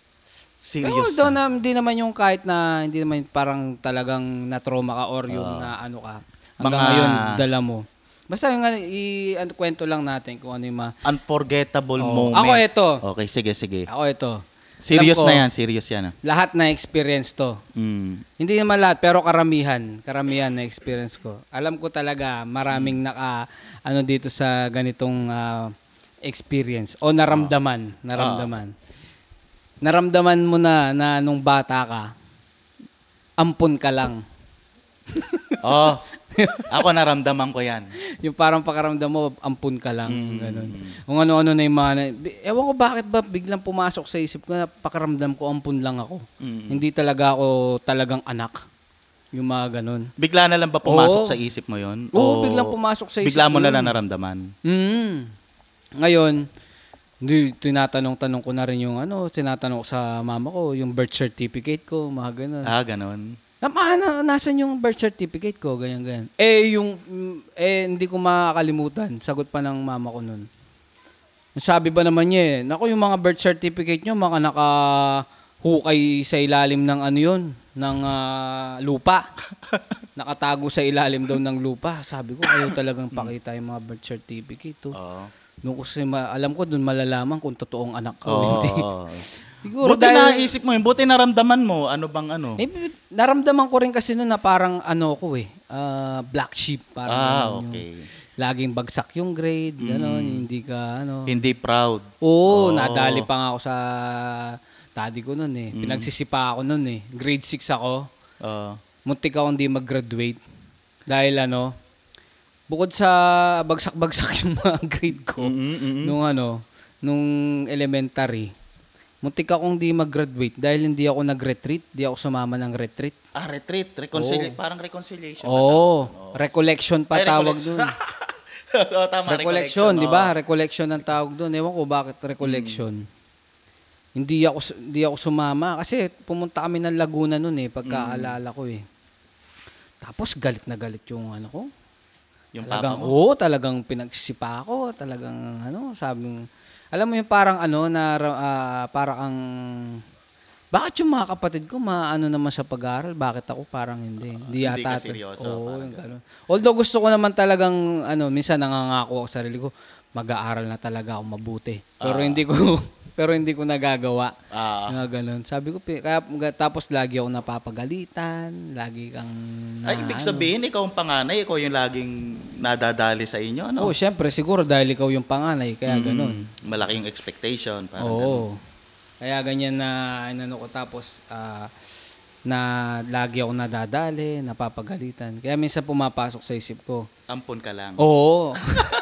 Speaker 1: Pero
Speaker 2: Serious.
Speaker 1: although na, hindi naman yung kahit na hindi naman yung parang talagang na-trauma ka or yung na ano ka. Hanggang
Speaker 2: Ah. Mga-
Speaker 1: ngayon, dala mo. Basta yung ano, i, ano, kwento lang natin kung ano yung mga...
Speaker 2: Unforgettable moment.
Speaker 1: Ako ito.
Speaker 2: Okay, sige, sige.
Speaker 1: Ako ito.
Speaker 2: Serious
Speaker 1: Alam ko,
Speaker 2: na yan, serious yan. ah.
Speaker 1: Lahat na experience to.
Speaker 2: Mm.
Speaker 1: Hindi naman lahat, pero karamihan. Karamihan na experience ko. Alam ko talaga, maraming naka, ano dito sa ganitong ah, experience. O naramdaman. Naramdaman. Naramdaman mo na, na nung bata ka, ampon ka lang.
Speaker 2: Oh, ako naramdaman ko yan.
Speaker 1: yung parang pakaramdam mo, ampun ka lang. Ganun. Kung ano-ano na yung mga... na- bi- Ewan ko bakit ba biglang pumasok sa isip ko na pakaramdam ko, ampun lang ako.
Speaker 2: Mm.
Speaker 1: Hindi talaga ako talagang anak. Yung mga ganun.
Speaker 2: Bigla na lang ba pumasok
Speaker 1: Oo.
Speaker 2: sa isip mo yon?
Speaker 1: Oo, biglang pumasok sa isip
Speaker 2: Bigla mo
Speaker 1: ko
Speaker 2: na
Speaker 1: yun.
Speaker 2: lang naramdaman.
Speaker 1: Mm. Ngayon, hindi, tinatanong-tanong ko na rin yung ano, tinatanong ko sa mama ko, yung birth certificate ko, mga ganun.
Speaker 2: Ah, ganun.
Speaker 1: Na, ma, na, nasan yung birth certificate ko? Ganyan, ganyan. Eh, yung, mm, eh, hindi ko makakalimutan. Sagot pa ng mama ko nun. Sabi ba naman niya eh, naku, yung mga birth certificate nyo, mga nakahukay sa ilalim ng ano yun, ng ah, lupa. Nakatago sa ilalim daw ng lupa. Sabi ko, ayaw talagang pakita yung mga birth certificate. Oh.
Speaker 2: Oo.
Speaker 1: Nung kasi ma- alam ko, dun malalaman kung totoong anak ko.
Speaker 2: Oo.
Speaker 1: Hindi.
Speaker 2: oo.
Speaker 1: Siguro
Speaker 2: Buti na isip mo yun. Buti naramdaman mo. Ano bang ano?
Speaker 1: eh, b- naramdaman ko rin kasi noon na parang ano ko eh, ah, black sheep. Parang
Speaker 2: Ah, Mm.
Speaker 1: ganun yung-
Speaker 2: okay.
Speaker 1: Laging bagsak yung grade, gano'n, hindi ka ano.
Speaker 2: Hindi proud.
Speaker 1: Oo, nadali pa nga ako sa daddy ko noon
Speaker 2: Mm.
Speaker 1: eh. Pinagsisipa ako noon eh. Grade 6 ako. Ah.
Speaker 2: Oo.
Speaker 1: Muntik ako hindi mag-graduate. Dahil ano, bukod sa bagsak-bagsak yung mga grade ko, nung ano, nung elementary, muntik akong hindi mag-graduate dahil hindi ako nag-retreat, hindi ako sumama ng retreat.
Speaker 2: ah, retreat. Reconcili-
Speaker 1: Oh.
Speaker 2: Parang reconciliation.
Speaker 1: Oo, recollection pa
Speaker 2: Ay,
Speaker 1: tawag
Speaker 2: recollect-
Speaker 1: doon.
Speaker 2: Oo, tama.
Speaker 1: recollection, di
Speaker 2: oo. Hmm.
Speaker 1: ba? Recollection ang tawag doon. Ewan ko bakit recollection. Hindi ako su- hindi ako sumama kasi pumunta kami ng Laguna noon eh pagkaalala
Speaker 2: Hmm.
Speaker 1: ko eh. Tapos galit na galit yung ano ko.
Speaker 2: Yung papa
Speaker 1: Talagang
Speaker 2: mo.
Speaker 1: oo, talagang pinagsipa ako, talagang ano, sabi mo- Alam mo yung parang ano na ah, parang ang bakit yung mga kapatid ko maano naman sa pag-aaral? Bakit ako parang hindi? hindi
Speaker 2: hindi
Speaker 1: yata.
Speaker 2: ka seryoso,
Speaker 1: Oo, yung ganun. Although gusto ko naman talagang ano, minsan nangangako ako sa sarili ko, mag-aaral na talaga ako mabuti. Pero hindi ko pero hindi ko nagagawa.
Speaker 2: Ah.
Speaker 1: Mga ganun. Sabi ko, pi- kaya, tapos lagi ako napapagalitan, lagi kang... na-
Speaker 2: Ay, ibig
Speaker 1: ano.
Speaker 2: sabihin, ikaw ang panganay, ikaw yung laging nadadali sa inyo, ano?
Speaker 1: Oo, syempre, siguro dahil ikaw yung panganay, kaya Oh, ganun. Oh.
Speaker 2: Malaki yung expectation. Parang ganun.
Speaker 1: Oo. Kaya ganyan na inano ko tapos ah, na lagi ako nadadali, napapagalitan. Kaya minsan pumapasok sa isip ko.
Speaker 2: Ampon ka lang.
Speaker 1: Oh. Oo.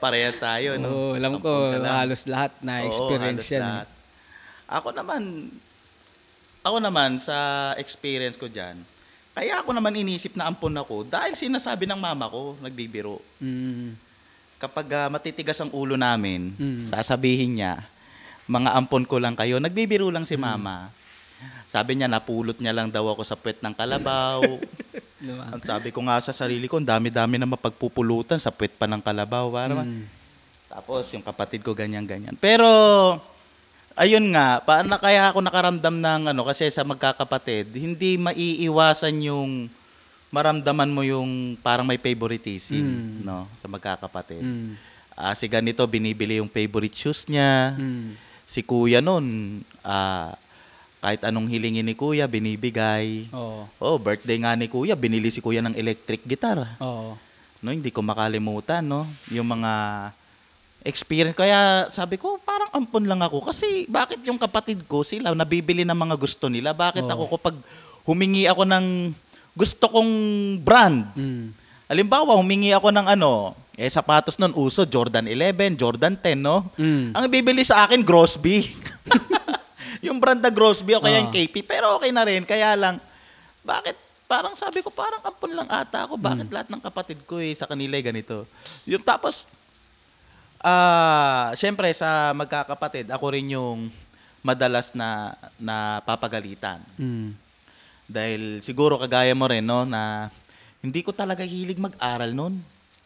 Speaker 2: Parehas tayo,
Speaker 1: Oo,
Speaker 2: no?
Speaker 1: alam ko
Speaker 2: Ampon ka Ano? lang.
Speaker 1: halos lahat na
Speaker 2: Oo,
Speaker 1: Oh, experience
Speaker 2: halos
Speaker 1: yan.
Speaker 2: lahat. Ako naman, ako naman sa experience ko dyan, kaya ako naman inisip na ampon ako dahil sinasabi ng mama ko, nagbibiro.
Speaker 1: Mm.
Speaker 2: Kapag ah, matitigas ang ulo namin,
Speaker 1: Mm.
Speaker 2: sasabihin niya, mga ampon ko lang kayo, nagbibiro lang si
Speaker 1: Mm.
Speaker 2: mama. Sabi niya, napulot niya lang daw ako sa puwet ng kalabaw.
Speaker 1: Diba?
Speaker 2: Ang sabi ko nga sa sarili ko, ang dami-dami na mapagpupulutan sa puwet pa ng kalabaw. Para
Speaker 1: Mm.
Speaker 2: ma- Tapos yung kapatid ko ganyan-ganyan. Pero ayun nga, paano kaya ako nakaramdam ng ano kasi sa magkakapatid, hindi maiiwasan yung maramdaman mo yung parang may favoritism, no, sa magkakapatid.
Speaker 1: Mm.
Speaker 2: Ah, si ganito binibili yung favorite shoes niya.
Speaker 1: Mm.
Speaker 2: Si kuya nun, ah, kahit anong hilingin ni kuya, binibigay.
Speaker 1: Oo.
Speaker 2: Oh, birthday nga ni Kuya, binili si Kuya ng electric guitar.
Speaker 1: Oo.
Speaker 2: No, hindi ko makalimutan, no? Yung mga experience. Kaya sabi ko, parang ampon lang ako. Kasi bakit yung kapatid ko, sila nabibili ng mga gusto nila? Bakit ako kapag humingi ako ng gusto kong brand?
Speaker 1: Mm.
Speaker 2: Halimbawa, humingi ako ng ano, eh sapatos nun uso, Jordan 11, Jordan 10, no?
Speaker 1: Mm.
Speaker 2: Ang bibili sa akin, Grosby. yung brand na Grosby o kaya yung
Speaker 1: Ah.
Speaker 2: KP. Pero okay na rin. Kaya lang, bakit parang sabi ko, parang ampun lang ata ako. Bakit
Speaker 1: Mm.
Speaker 2: lahat ng kapatid ko eh, sa kanila eh, ganito. Yung tapos, ah, syempre sa magkakapatid, ako rin yung madalas na napapagalitan.
Speaker 1: Mm.
Speaker 2: Dahil siguro kagaya mo rin, no, na hindi ko talaga hilig mag-aral noon.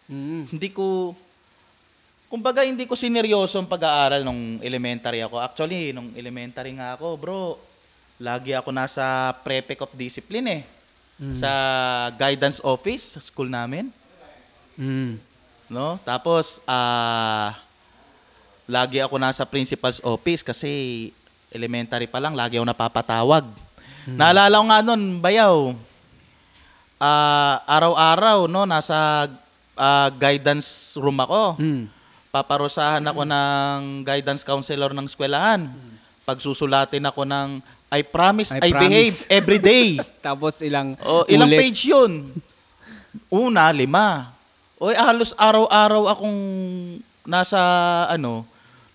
Speaker 1: Mm.
Speaker 2: Hindi ko, kumbaga hindi ko sineryoso ang pag-aaral nung elementary ako. Actually, nung elementary nga ako, bro, lagi ako nasa prefect of discipline eh. Sa guidance office sa school namin.
Speaker 1: Mm.
Speaker 2: No? Tapos, ah, lagi ako nasa principal's office kasi elementary pa lang, lagi ako napapatawag. Naalala ko nga noon, Bayaw, ah, araw-araw, no, nasa ah, guidance room ako.
Speaker 1: Mm.
Speaker 2: Paparusahan ako ng guidance counselor ng eskwelahan. Pagsusulatin ako ng I promise I,
Speaker 1: I promise."
Speaker 2: behave every day.
Speaker 1: Tapos ilang
Speaker 2: Oh, ilang
Speaker 1: ulit.
Speaker 2: page yun? Una, lima. Oy, halos araw-araw akong nasa, ano,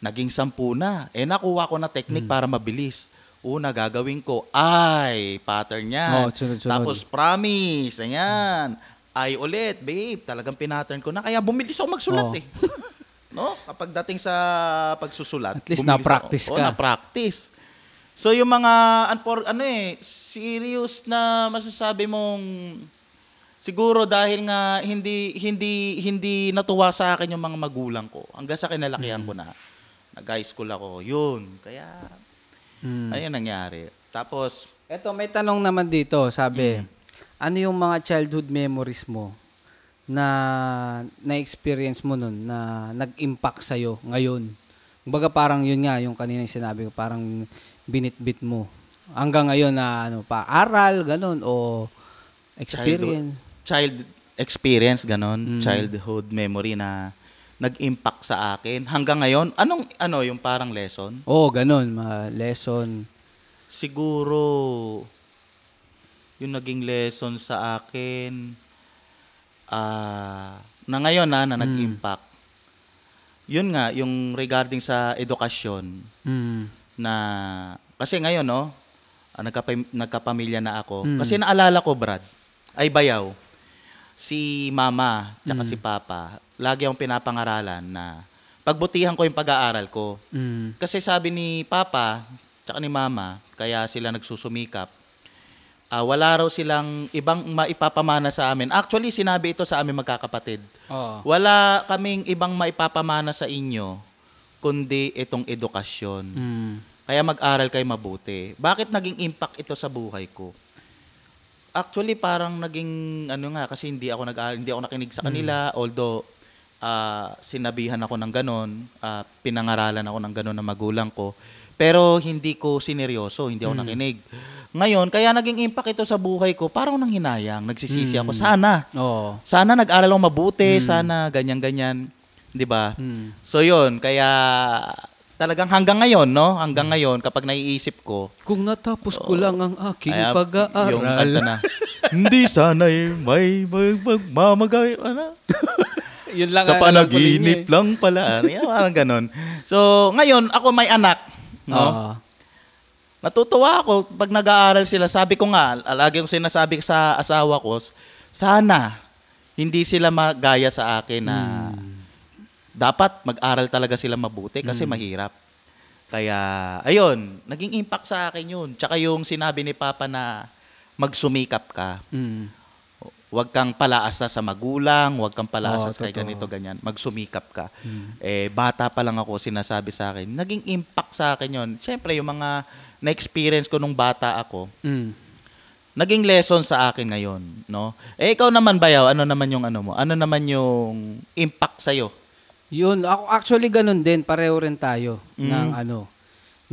Speaker 2: naging sampu na. Eh, nakuha ko na
Speaker 1: Hmm.
Speaker 2: technique para mabilis. Una, gagawin ko, ay, pattern
Speaker 1: Oh,
Speaker 2: yan.
Speaker 1: sunod-sunod.
Speaker 2: Tapos, promise, ayan. Ay ulit, babe, talagang pinattern ko na. Kaya bumilis ako magsulat
Speaker 1: Oh.
Speaker 2: eh. no? Kapag dating sa pagsusulat.
Speaker 1: At least
Speaker 2: bumilis ako.
Speaker 1: na-practice
Speaker 2: Oo,
Speaker 1: ka.
Speaker 2: na-practice. So yung mga unfor- ano eh serious na masasabi mong siguro dahil nga hindi hindi hindi natuwa sa akin yung mga magulang ko. Hanggang sa kinalakihan ko na nag-high school ako. Yun. Kaya
Speaker 1: Mm.
Speaker 2: ayun nangyari. Tapos
Speaker 1: Eto, may tanong naman dito, sabi. Ano yung mga childhood memories mo na na-experience mo nun na nag-impact sa'yo ngayon? Kumbaga parang yun nga, yung kanina yung sinabi ko, parang binitbit mo. Hanggang ngayon na ano pa, aral, ganun, o experience.
Speaker 2: child experience
Speaker 1: Mm.
Speaker 2: ganon, childhood memory na nag-impact sa akin hanggang ngayon. Anong ano yung parang lesson?
Speaker 1: Oo, ganun, mga lesson.
Speaker 2: siguro yung naging lesson sa akin ah na ngayon na, na nag-impact. Yun nga, yung regarding sa edukasyon
Speaker 1: Mm.
Speaker 2: na kasi ngayon no, ah, nagkapa- nagkapamilya na ako. Kasi naalala ko, Brad, ay bayaw, si mama tsaka si papa, lagi akong pinapangaralan na pagbutihan ko yung pag-aaral ko.
Speaker 1: Mm.
Speaker 2: Kasi sabi ni Papa, tsaka ni Mama, kaya sila nagsusumikap, ah, wala raw silang ibang maipapamana sa amin. Actually, sinabi ito sa amin magkakapatid.
Speaker 1: Oo.
Speaker 2: Wala kaming ibang maipapamana sa inyo, kundi itong edukasyon.
Speaker 1: Mm.
Speaker 2: Kaya mag-aral kayo mabuti. Bakit naging impact ito sa buhay ko? Actually, parang naging, ano nga, kasi hindi ako, nag hindi ako nakinig sa kanila, although ah, sinabihan ako ng ganon, ah, pinangaralan ako ng ganon ng magulang ko. Pero hindi ko sineryoso, hindi ako nakinig. Ngayon, kaya naging impact ito sa buhay ko, parang nang hinayang, nagsisisi ako. Sana,
Speaker 1: Oo.
Speaker 2: sana nag-aral ako mabuti, sana ganyan-ganyan, 'di ba?
Speaker 1: Mm.
Speaker 2: So 'yun, kaya talagang hanggang ngayon, no? Hanggang ngayon kapag naiisip ko,
Speaker 1: Kung natapos ko lang ang aking
Speaker 2: kaya yung
Speaker 1: pag-aaral.
Speaker 2: kanta na. Hindi sana'y may mag- magmamagay ano?
Speaker 1: Yun lang
Speaker 2: sa
Speaker 1: ang alam ko rin
Speaker 2: panaginip
Speaker 1: niya eh.
Speaker 2: lang pala. Ano, yan, parang ganun. So, ngayon ako may anak, no?
Speaker 1: Oo.
Speaker 2: Natutuwa ako pag nag-aaral sila. Sabi ko nga, lagi ko sinasabi sa asawa ko, sana hindi sila magaya sa akin na dapat mag-aral talaga sila mabuti kasi mahirap. Kaya, ayun, naging impact sa akin yun. Tsaka yung sinabi ni Papa na magsumikap ka.
Speaker 1: Mm.
Speaker 2: Huwag kang palaasa sa magulang, huwag kang
Speaker 1: Oo,
Speaker 2: palaasa sa kay
Speaker 1: totoo. Hmm.
Speaker 2: ganito, ganyan. Magsumikap ka. Eh, bata pa lang ako, sinasabi sa akin. Naging impact sa akin yon. Siyempre, yung mga na-experience ko nung bata ako,
Speaker 1: Mm.
Speaker 2: naging lesson sa akin ngayon, no? Eh, ikaw naman, Bayaw, ano naman yung ano mo? Ano naman yung impact sa'yo?
Speaker 1: Yun, ako actually ganun din, pareho rin tayo
Speaker 2: Mm.
Speaker 1: ng ano.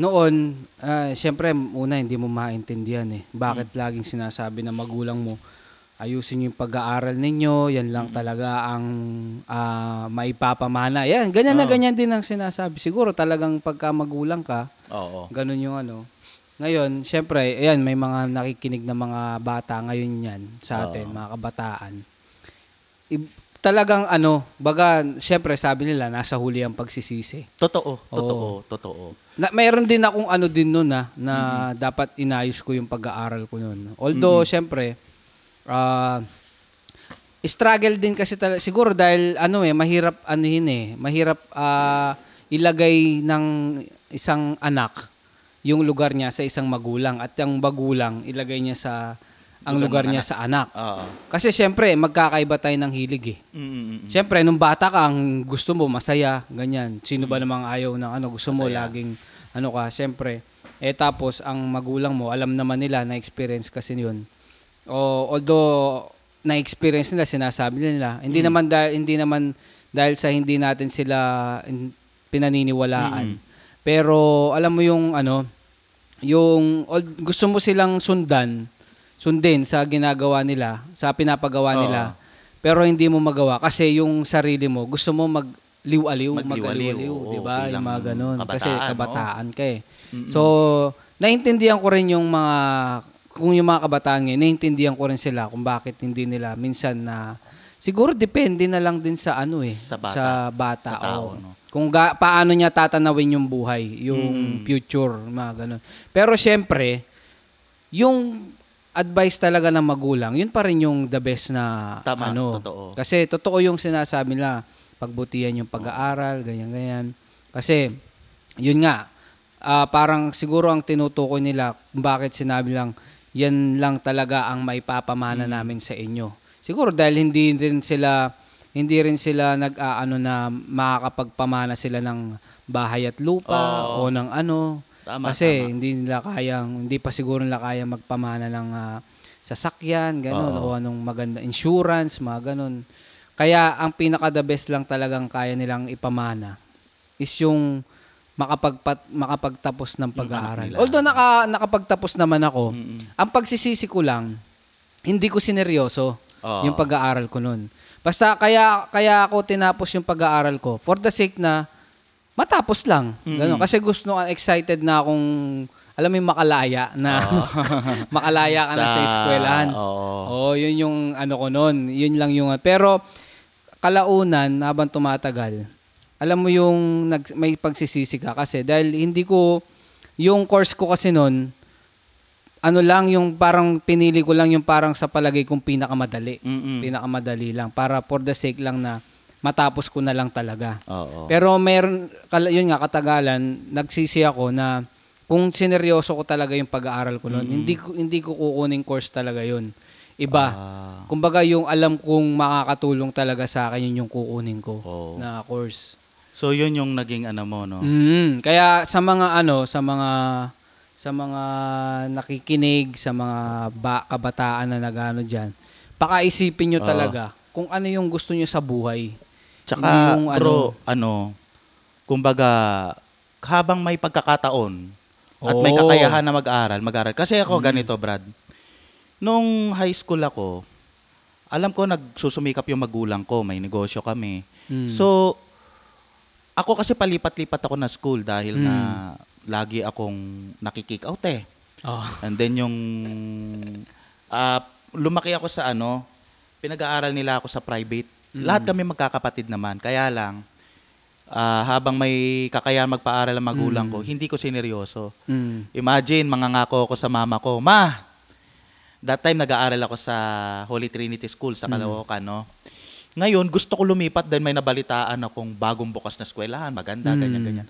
Speaker 1: Noon, ah, siyempre una hindi mo maintindihan eh. Bakit
Speaker 2: Mm.
Speaker 1: laging sinasabi ng magulang mo, ayusin niyo yung pag-aaral ninyo, yan
Speaker 2: Mm.
Speaker 1: lang talaga ang ah, maipapamana. Yan, ganyan
Speaker 2: Ah.
Speaker 1: na ganyan din ang sinasabi. Siguro talagang pagka magulang ka,
Speaker 2: Oo.
Speaker 1: Ganun yung ano. Ngayon, syempre, ayan, may mga nakikinig na mga bata ngayon yan sa atin, mga kabataan. I- talagang ano, baga, syempre, sabi nila, nasa huli ang pagsisisi.
Speaker 2: Totoo, totoo, totoo.
Speaker 1: Na, mayroon din akong ano din nun ah, na dapat inayos ko yung pag-aaral ko nun. Although, syempre, ah, struggle din kasi talaga. Siguro dahil ano eh, mahirap ano yun eh, mahirap ah, ilagay ng isang anak yung lugar niya sa isang magulang at ang magulang ilagay niya sa ang lugar, niya sa anak.
Speaker 2: Oo.
Speaker 1: Kasi syempre, magkakaiba tayo ng hilig eh.
Speaker 2: Mm-mm-mm.
Speaker 1: Siyempre, nung bata ka, ang gusto mo, masaya, ganyan. Sino ba namang ayaw ng ano, gusto mo, laging, ano ka, siyempre. Eh tapos, ang magulang mo, alam naman nila, na-experience kasi yun. O, although, na-experience nila, sinasabi nila. Hindi naman dahil, hindi naman dahil sa hindi natin sila in- pinaniniwalaan. Pero, alam mo yung, ano, yung, al- gusto mo silang sundan, sundin sa ginagawa nila, sa pinapagawa nila, pero hindi mo magawa kasi yung sarili mo, gusto mo magliw-aliw,
Speaker 2: Magliw-aliw,
Speaker 1: magaliw-aliw,
Speaker 2: oo,
Speaker 1: 'di ba? Yung
Speaker 2: bilang
Speaker 1: mga ganun kasi
Speaker 2: kabataan,
Speaker 1: kabataan ka eh. So, naintindihan ko rin yung mga kung yung mga kabataan ngayon, naintindihan ko rin sila kung bakit hindi nila minsan na siguro depende na lang din sa ano eh,
Speaker 2: Sa bata.
Speaker 1: bata,
Speaker 2: Sa tao,
Speaker 1: oo.
Speaker 2: no?
Speaker 1: Kung ga- paano niya tatanawin yung buhay, yung future, mga ganun. Pero syempre, yung advice talaga ng magulang, yun pa rin yung the best na
Speaker 2: Tama,
Speaker 1: ano.
Speaker 2: totoo.
Speaker 1: Kasi totoo yung sinasabi nila, pagbutihan yung pag-aaral, ganyan-ganyan. Kasi, yun nga, ah, parang siguro ang tinutukoy nila kung bakit sinabi lang, yan lang talaga ang maipapamana namin sa inyo. Siguro dahil hindi rin sila hindi rin sila nag-aano na makakapagpamana sila ng bahay at lupa o ng ano.
Speaker 2: Tama,
Speaker 1: Kasi hindi nila kayang, hindi pa siguro nila kaya magpamana ng ah, sasakyan, ganun, o anong maganda, insurance, mga ganun. Kaya ang pinaka the best lang talagang kaya nilang ipamana is yung makapagpat, makapagtapos ng pag-aaral. Although naka, nakapagtapos naman ako, ang pagsisisi ko lang, hindi ko sineryoso
Speaker 2: Oo.
Speaker 1: yung pag-aaral ko nun. Basta kaya kaya ako tinapos yung pag-aaral ko for the sake na matapos lang. Ganun. Kasi gusto excited na akong alam mo yung makalaya na makalaya ka na sa
Speaker 2: Sa-
Speaker 1: eskwelahan.
Speaker 2: oo.
Speaker 1: Oo, yun yung ano ko noon. Yun lang yung pero kalaunan habang tumatagal. Alam mo yung nag, may pagsisisi ka kasi dahil hindi ko yung course ko kasi noon ano lang yung parang pinili ko lang yung parang sa palagay kong pinakamadali.
Speaker 2: Mm-mm.
Speaker 1: Pinakamadali lang para for the sake lang na matapos ko na lang talaga.
Speaker 2: Oo.
Speaker 1: Pero meron, kal- yun nga, katagalan, nagsisi ako na kung sineryoso ko talaga yung pag-aaral ko noon, hindi, ko, hindi ko kukunin course talaga yun. Iba.
Speaker 2: Ah,
Speaker 1: Kumbaga yung alam kong makakatulong talaga sa akin, yun yung kukunin ko
Speaker 2: Oo.
Speaker 1: na course.
Speaker 2: so, yun yung naging ano mo, no?
Speaker 1: Mm, kaya sa mga ano, sa mga sa mga nakikinig, sa mga ba, kabataan na nagano diyan, pakaisipin niyo talaga kung ano yung gusto niyo sa buhay.
Speaker 2: Tsaka,
Speaker 1: Hindi yung
Speaker 2: bro, ano, kumbaga, habang may pagkakataon at may
Speaker 1: Oo. Mm.
Speaker 2: kakayahan na mag-aral, mag-aral. Kasi ako ganito, Brad. Nung high school ako, alam ko nagsusumikap yung magulang ko, may negosyo kami.
Speaker 1: Mm.
Speaker 2: So, ako kasi palipat-lipat ako na school
Speaker 1: Mm.
Speaker 2: dahil na lagi akong nakikick out eh.
Speaker 1: Oh.
Speaker 2: And then yung ah, lumaki ako sa ano, pinag-aaral nila ako sa private. Lahat kami magkakapatid naman. Kaya lang ah, habang may kakayahan magpaaral ang magulang ko, hindi ko sineryoso.
Speaker 1: Mm.
Speaker 2: Imagine, mangangako ako sa mama ko, Ma! That time, nag-aaral ako sa Holy Trinity School sa Caloocan, no? Ngayon, gusto ko lumipat dahil may nabalitaan akong bagong bukas na eskwelahan, maganda, ganyan, ganyan.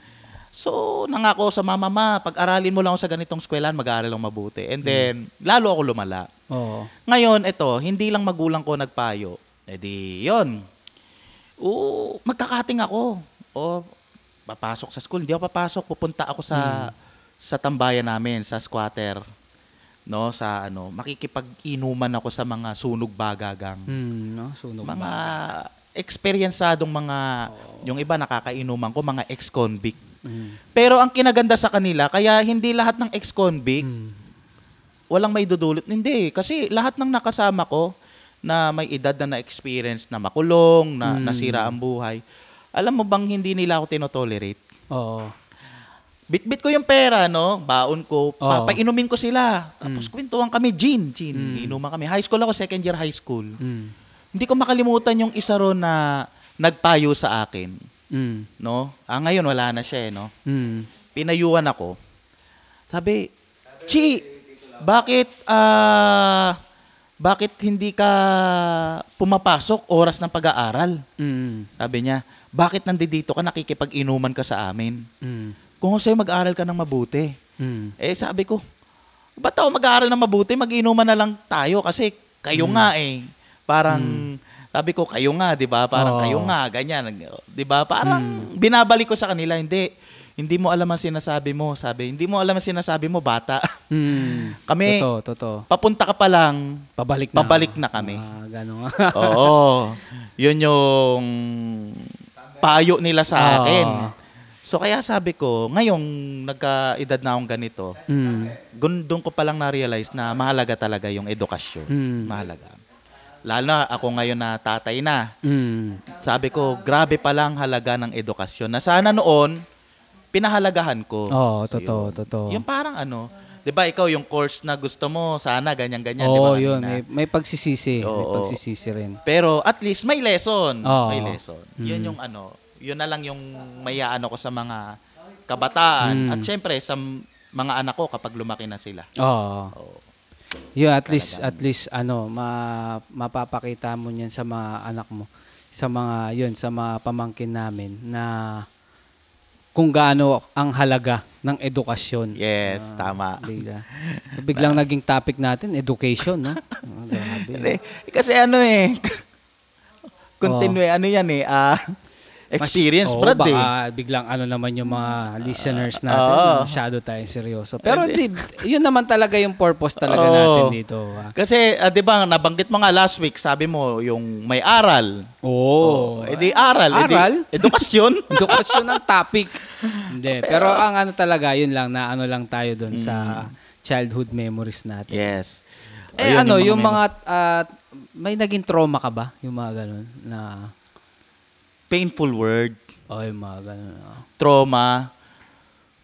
Speaker 2: So, nangako ako sa mama, ma, pag-aralin mo lang ako sa ganitong eskwelahan, mag-aaral ako mabuti. And then, lalo ako lumala.
Speaker 1: Oo.
Speaker 2: Ngayon, ito, hindi lang magulang ko nagpayo. E di, yun. Oo, magkakating ako. O, papasok sa school. Hindi ako papasok. Pupunta ako sa sa tambayan namin, sa squatter. No, sa ano, makikipag-inuman ako sa mga sunog bagagang
Speaker 1: Mm, no? Sunog
Speaker 2: mga
Speaker 1: ba?
Speaker 2: experienceadong mga yung iba nakakainuman ko mga ex-convict.
Speaker 1: Mm.
Speaker 2: Pero ang kinaganda sa kanila kaya hindi lahat ng ex-convict
Speaker 1: Mm.
Speaker 2: walang may dudulot. Hindi kasi lahat ng nakasama ko na may edad na na-experience na makulong, na nasira ang buhay. Alam mo bang hindi nila ako tinotolerate?
Speaker 1: Oo.
Speaker 2: Bitbit ko yung pera, no? Baon
Speaker 1: Oo.
Speaker 2: ko. Papainumin ko sila. Tapos kwentuhan kami, gin, gin. Inuman kami. High school ako, second year high school.
Speaker 1: Mm.
Speaker 2: Hindi ko makalimutan yung isa ron na nagpayo sa akin,
Speaker 1: Mm.
Speaker 2: no? Ah, ngayon wala na siya, eh, no?
Speaker 1: Mm.
Speaker 2: Pinayuan ako. Sabi, Chi, bakit, ah, bakit hindi ka pumapasok oras ng pag-aaral?
Speaker 1: Mm.
Speaker 2: Sabi niya, bakit nandito ka, nakikipag-inuman ka sa amin?
Speaker 1: Mm.
Speaker 2: Kung gusto sa'yo, mag-aaral ka ng mabuti.
Speaker 1: Mm.
Speaker 2: Eh, sabi ko, ba't ako mag-aaral ng mabuti? Mag-inuman na lang tayo kasi kayo
Speaker 1: Hmm.
Speaker 2: nga eh. Parang, sabi ko, kayo nga, di ba?
Speaker 1: Oo.
Speaker 2: Parang
Speaker 1: Hmm.
Speaker 2: kayo nga, ganyan. Di ba? Parang binabalik ko sa kanila, hindi. Hindi mo alam ang sinasabi mo, sabi. Hindi mo alam ang sinasabi mo, bata.
Speaker 1: Mm.
Speaker 2: Kami-
Speaker 1: Totoo, totoo.
Speaker 2: Papunta ka pa lang,
Speaker 1: Pabalik na.
Speaker 2: Mm-hmm. pabalik na kami.
Speaker 1: Ah, ganun.
Speaker 2: Oo. Yun yung payo nila sa akin.
Speaker 1: Ah, Oo.
Speaker 2: So kaya sabi ko, ngayong nagkaedad na akong ganito,
Speaker 1: mm.
Speaker 2: Gun- doon ko palang na-realize na mahalaga talaga yung edukasyon.
Speaker 1: Mm.
Speaker 2: Mahalaga. Lalo na ako ngayon na tatay na.
Speaker 1: Mm.
Speaker 2: Sabi ko, grabe palang halaga ng edukasyon. Na sana noon, pinahalagahan ko.
Speaker 1: Oo, totoo, totoo.
Speaker 2: Yung parang ano, di ba ikaw yung course na gusto mo, sana ganyan-ganyan. di ba,
Speaker 1: Oo, yun.
Speaker 2: kanina?
Speaker 1: May, may pagsisisi. may
Speaker 2: Oo.
Speaker 1: pagsisisi rin.
Speaker 2: Pero at least may lesson.
Speaker 1: Oo. Mm.
Speaker 2: May lesson. Yun yung ano, yun na lang yung mayaano ko sa mga
Speaker 1: Mm.
Speaker 2: kabataan. At syempre, sa m- mga anak ko kapag lumaki na sila.
Speaker 1: Oo.
Speaker 2: Oo.
Speaker 1: Yeah, at least at least ano, ma, mapapakita mo 'yan sa mga anak mo, sa mga 'yun, sa mga pamangkin namin na kung gaano ang halaga ng edukasyon.
Speaker 2: Yes, tama.
Speaker 1: Diba? Biglang naging topic natin education, no? Ah, grabe.
Speaker 2: Hindi. Kasi ano eh, continue, ano yan eh, ah, experience,
Speaker 1: Oh. Mas- oo,
Speaker 2: Brad eh. Ah,
Speaker 1: baka biglang ano naman yung mga listeners natin,
Speaker 2: oo.
Speaker 1: masyado tayong seryoso. Pero di, yun naman talaga yung purpose talaga
Speaker 2: Oo.
Speaker 1: natin dito. ah.
Speaker 2: Kasi, ah, di ba, nabanggit mo nga last week, sabi mo, yung may aral.
Speaker 1: Oo.
Speaker 2: Eh di aral. eh di
Speaker 1: Oh, Aral?
Speaker 2: edukasyon.
Speaker 1: Edukasyon ng topic. Hindi. Pero ang ano talaga, yun lang, na ano lang tayo dun sa childhood memories natin.
Speaker 2: yes.
Speaker 1: Eh
Speaker 2: Ayun,
Speaker 1: ano, yung
Speaker 2: may-
Speaker 1: mga, ah, may naging trauma ka ba? Yung mga ganun na,
Speaker 2: Painful word.
Speaker 1: oh yung mga ganun. ah.
Speaker 2: trauma.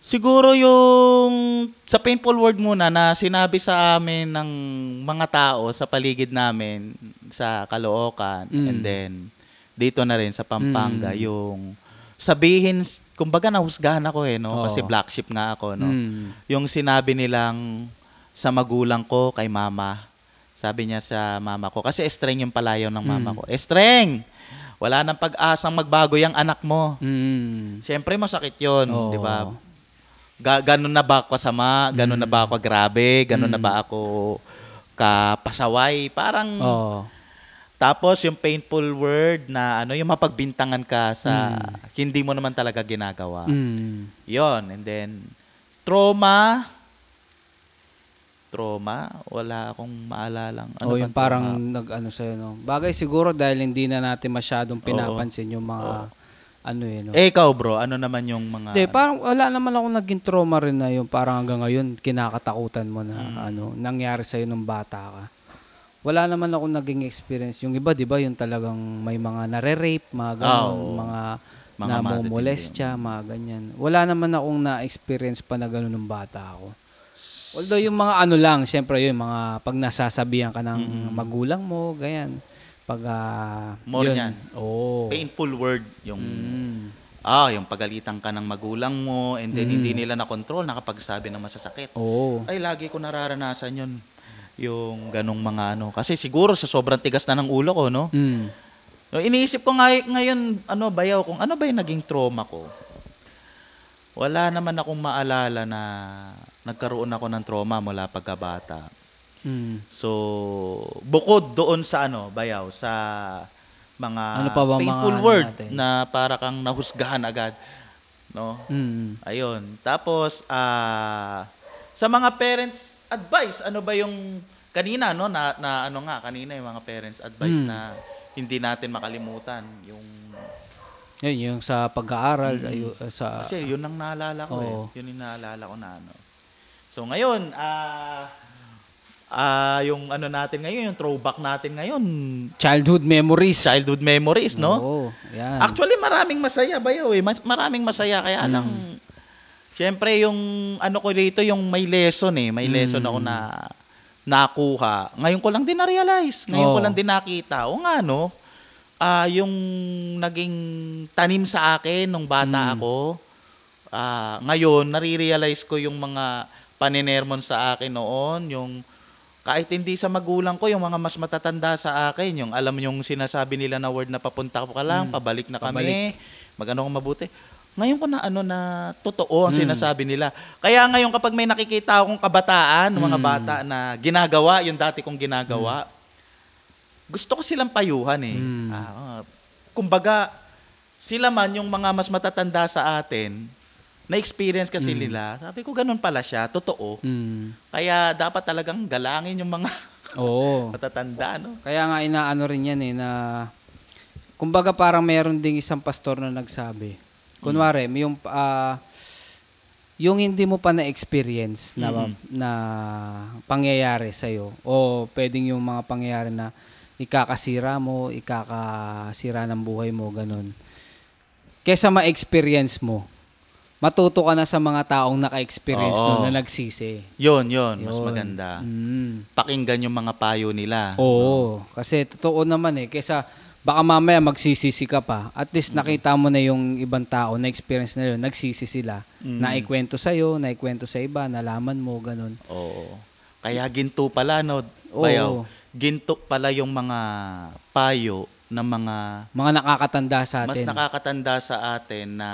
Speaker 2: Siguro yung sa painful word muna na sinabi sa amin ng mga tao sa paligid namin sa Caloocan
Speaker 1: Mm.
Speaker 2: and then dito na rin sa Pampanga yung sabihin kumbaga nahusgahan ako eh no
Speaker 1: Oo.
Speaker 2: kasi black sheep nga ako no.
Speaker 1: Mm.
Speaker 2: Yung sinabi nilang sa magulang ko kay mama. Sabi niya sa mama ko kasi estreng yung palayaw ng mama
Speaker 1: Mm.
Speaker 2: ko. Estreng. Wala nang pag-asang magbago yung anak mo.
Speaker 1: Mm.
Speaker 2: Siyempre masakit 'yon,
Speaker 1: Oo.
Speaker 2: 'di ba? Ga- ganun na ba ako kasama? Ganun na ba ako grabe? Ganun na ba ako kapasaway? Parang
Speaker 1: Mm. Oo.
Speaker 2: tapos yung painful word na ano, yung mapagbintangan ka sa hindi mo naman talaga
Speaker 1: hmm.
Speaker 2: ginagawa.
Speaker 1: Mm.
Speaker 2: Yon, and then trauma trauma, wala akong maalalang ano
Speaker 1: o Oh,
Speaker 2: bang
Speaker 1: yung parang
Speaker 2: trauma.
Speaker 1: nag-ano sa'yo, no? Bagay siguro dahil hindi na natin masyadong pinapansin yung mga ano eh, no?
Speaker 2: Eh ikaw bro, ano naman yung mga
Speaker 1: Hindi, parang wala naman ako naging trauma rin na yung parang hanggang ngayon kinakatakutan mo na
Speaker 2: Mm.
Speaker 1: ano, nangyari sa'yo nung bata ka. Wala naman ako naging experience. Yung iba, di ba, yung talagang may mga nare-rape, mga ganun,
Speaker 2: Ah, oo.
Speaker 1: mga,
Speaker 2: Mga
Speaker 1: namumolestya, mga ganyan. Wala naman akong na-experience pa na ganun nung bata ako. Although yung mga ano lang, siyempre yun, mga pag nasasabihan ka ng magulang mo, ganyan. Pag, ah,
Speaker 2: Mm. More
Speaker 1: yun.
Speaker 2: yan.
Speaker 1: Oo.
Speaker 2: painful word yung
Speaker 1: Mm.
Speaker 2: ah, yung pagalitan ka ng magulang mo and then hindi nila na control nakapagsabi ng masasakit.
Speaker 1: Oo.
Speaker 2: Ay lagi ko nararanasan yun yung ganong mga ano kasi siguro sa sobrang tigas na ng ulo ko no.
Speaker 1: Mm.
Speaker 2: No, iniisip ko ngay- ngayon, ano bayaw, kung ano ba yung naging trauma ko. Wala naman akong maalala na nagkaroon ako ng trauma mula pagkabata.
Speaker 1: Mm.
Speaker 2: So, bukod doon sa ano, bayaw, sa mga
Speaker 1: Ano pa ba ang mga
Speaker 2: painful
Speaker 1: ano
Speaker 2: word
Speaker 1: natin?
Speaker 2: na para kang nahusgahan agad. No?
Speaker 1: Mm.
Speaker 2: Ayun. Tapos, ah, sa mga parents' advice, ano ba yung kanina, no? Na, na ano nga, kanina yung mga parents' advice
Speaker 1: Mm.
Speaker 2: na hindi natin makalimutan. Yung,
Speaker 1: Yun, yung sa pag-aaral, ayu- uh, sa...
Speaker 2: kasi yun ang naalala ko
Speaker 1: Oo.
Speaker 2: eh. Yun yung naalala ko na ano. So ngayon, ah, ah, yung ano natin ngayon, yung throwback natin ngayon,
Speaker 1: childhood memories.
Speaker 2: childhood memories, no?
Speaker 1: Oo, yan.
Speaker 2: Actually, maraming masaya ba eh. Mas, maraming masaya kaya
Speaker 1: Mm.
Speaker 2: lang. Siyempre, yung ano ko dito, yung may lesson eh. May
Speaker 1: Mm.
Speaker 2: lesson ako na nakuha. Ngayon ko lang din na-realize. Ngayon ko
Speaker 1: Oo.
Speaker 2: lang din nakita. O nga, no? Ah, yung naging tanim sa akin nung bata ako, ah, ngayon, nare-realize ko yung mga paninermon sa akin noon, yung kahit hindi sa magulang ko, yung mga mas matatanda sa akin, yung alam yung sinasabi nila na word na papunta ka lang, pabalik na kami, magano kang mabuti. Ngayon ko na ano na totoo ang sinasabi nila. Kaya ngayon kapag may nakikita akong kabataan, mga bata na ginagawa, yung dati kong ginagawa, gusto ko silang payuhan eh. Ah, ah. kumbaga, sila man yung mga mas matatanda sa atin, na-experience kasi nila. Sabi ko, ganun pala siya, totoo.
Speaker 1: Mm.
Speaker 2: Kaya dapat talagang galangin yung mga
Speaker 1: Oo.
Speaker 2: matatanda, no?
Speaker 1: Kaya nga inaano rin yan eh, na... Kumbaga parang meron ding isang pastor na nagsabi. Kunwari, yung... ah, yung hindi mo pa na-experience na, na pangyayari sa'yo o pwedeng yung mga pangyayari na ikakasira mo, ikakasira ng buhay mo, ganun. Kesa ma-experience mo, matuto ka na sa mga taong naka-experience
Speaker 2: Oo. Ah.
Speaker 1: nun na nagsisi.
Speaker 2: Yun, yun, mas maganda.
Speaker 1: Mm.
Speaker 2: Pakinggan yung mga payo nila.
Speaker 1: Oh. Oo. Kasi totoo naman eh. Kesa baka mamaya magsisisi ka pa. At
Speaker 2: Mm.
Speaker 1: least nakita mo na yung ibang tao na experience na yun. Nagsisi sila.
Speaker 2: Mm.
Speaker 1: Naikwento sa'yo, naikwento sa iba, nalaman mo, ganun.
Speaker 2: Oo. Kaya ginto pala, no?
Speaker 1: Oo.
Speaker 2: Bayaw. Ginto pala yung mga payo ng mga
Speaker 1: Mga nakakatanda sa
Speaker 2: mas
Speaker 1: atin.
Speaker 2: nakakatanda sa atin na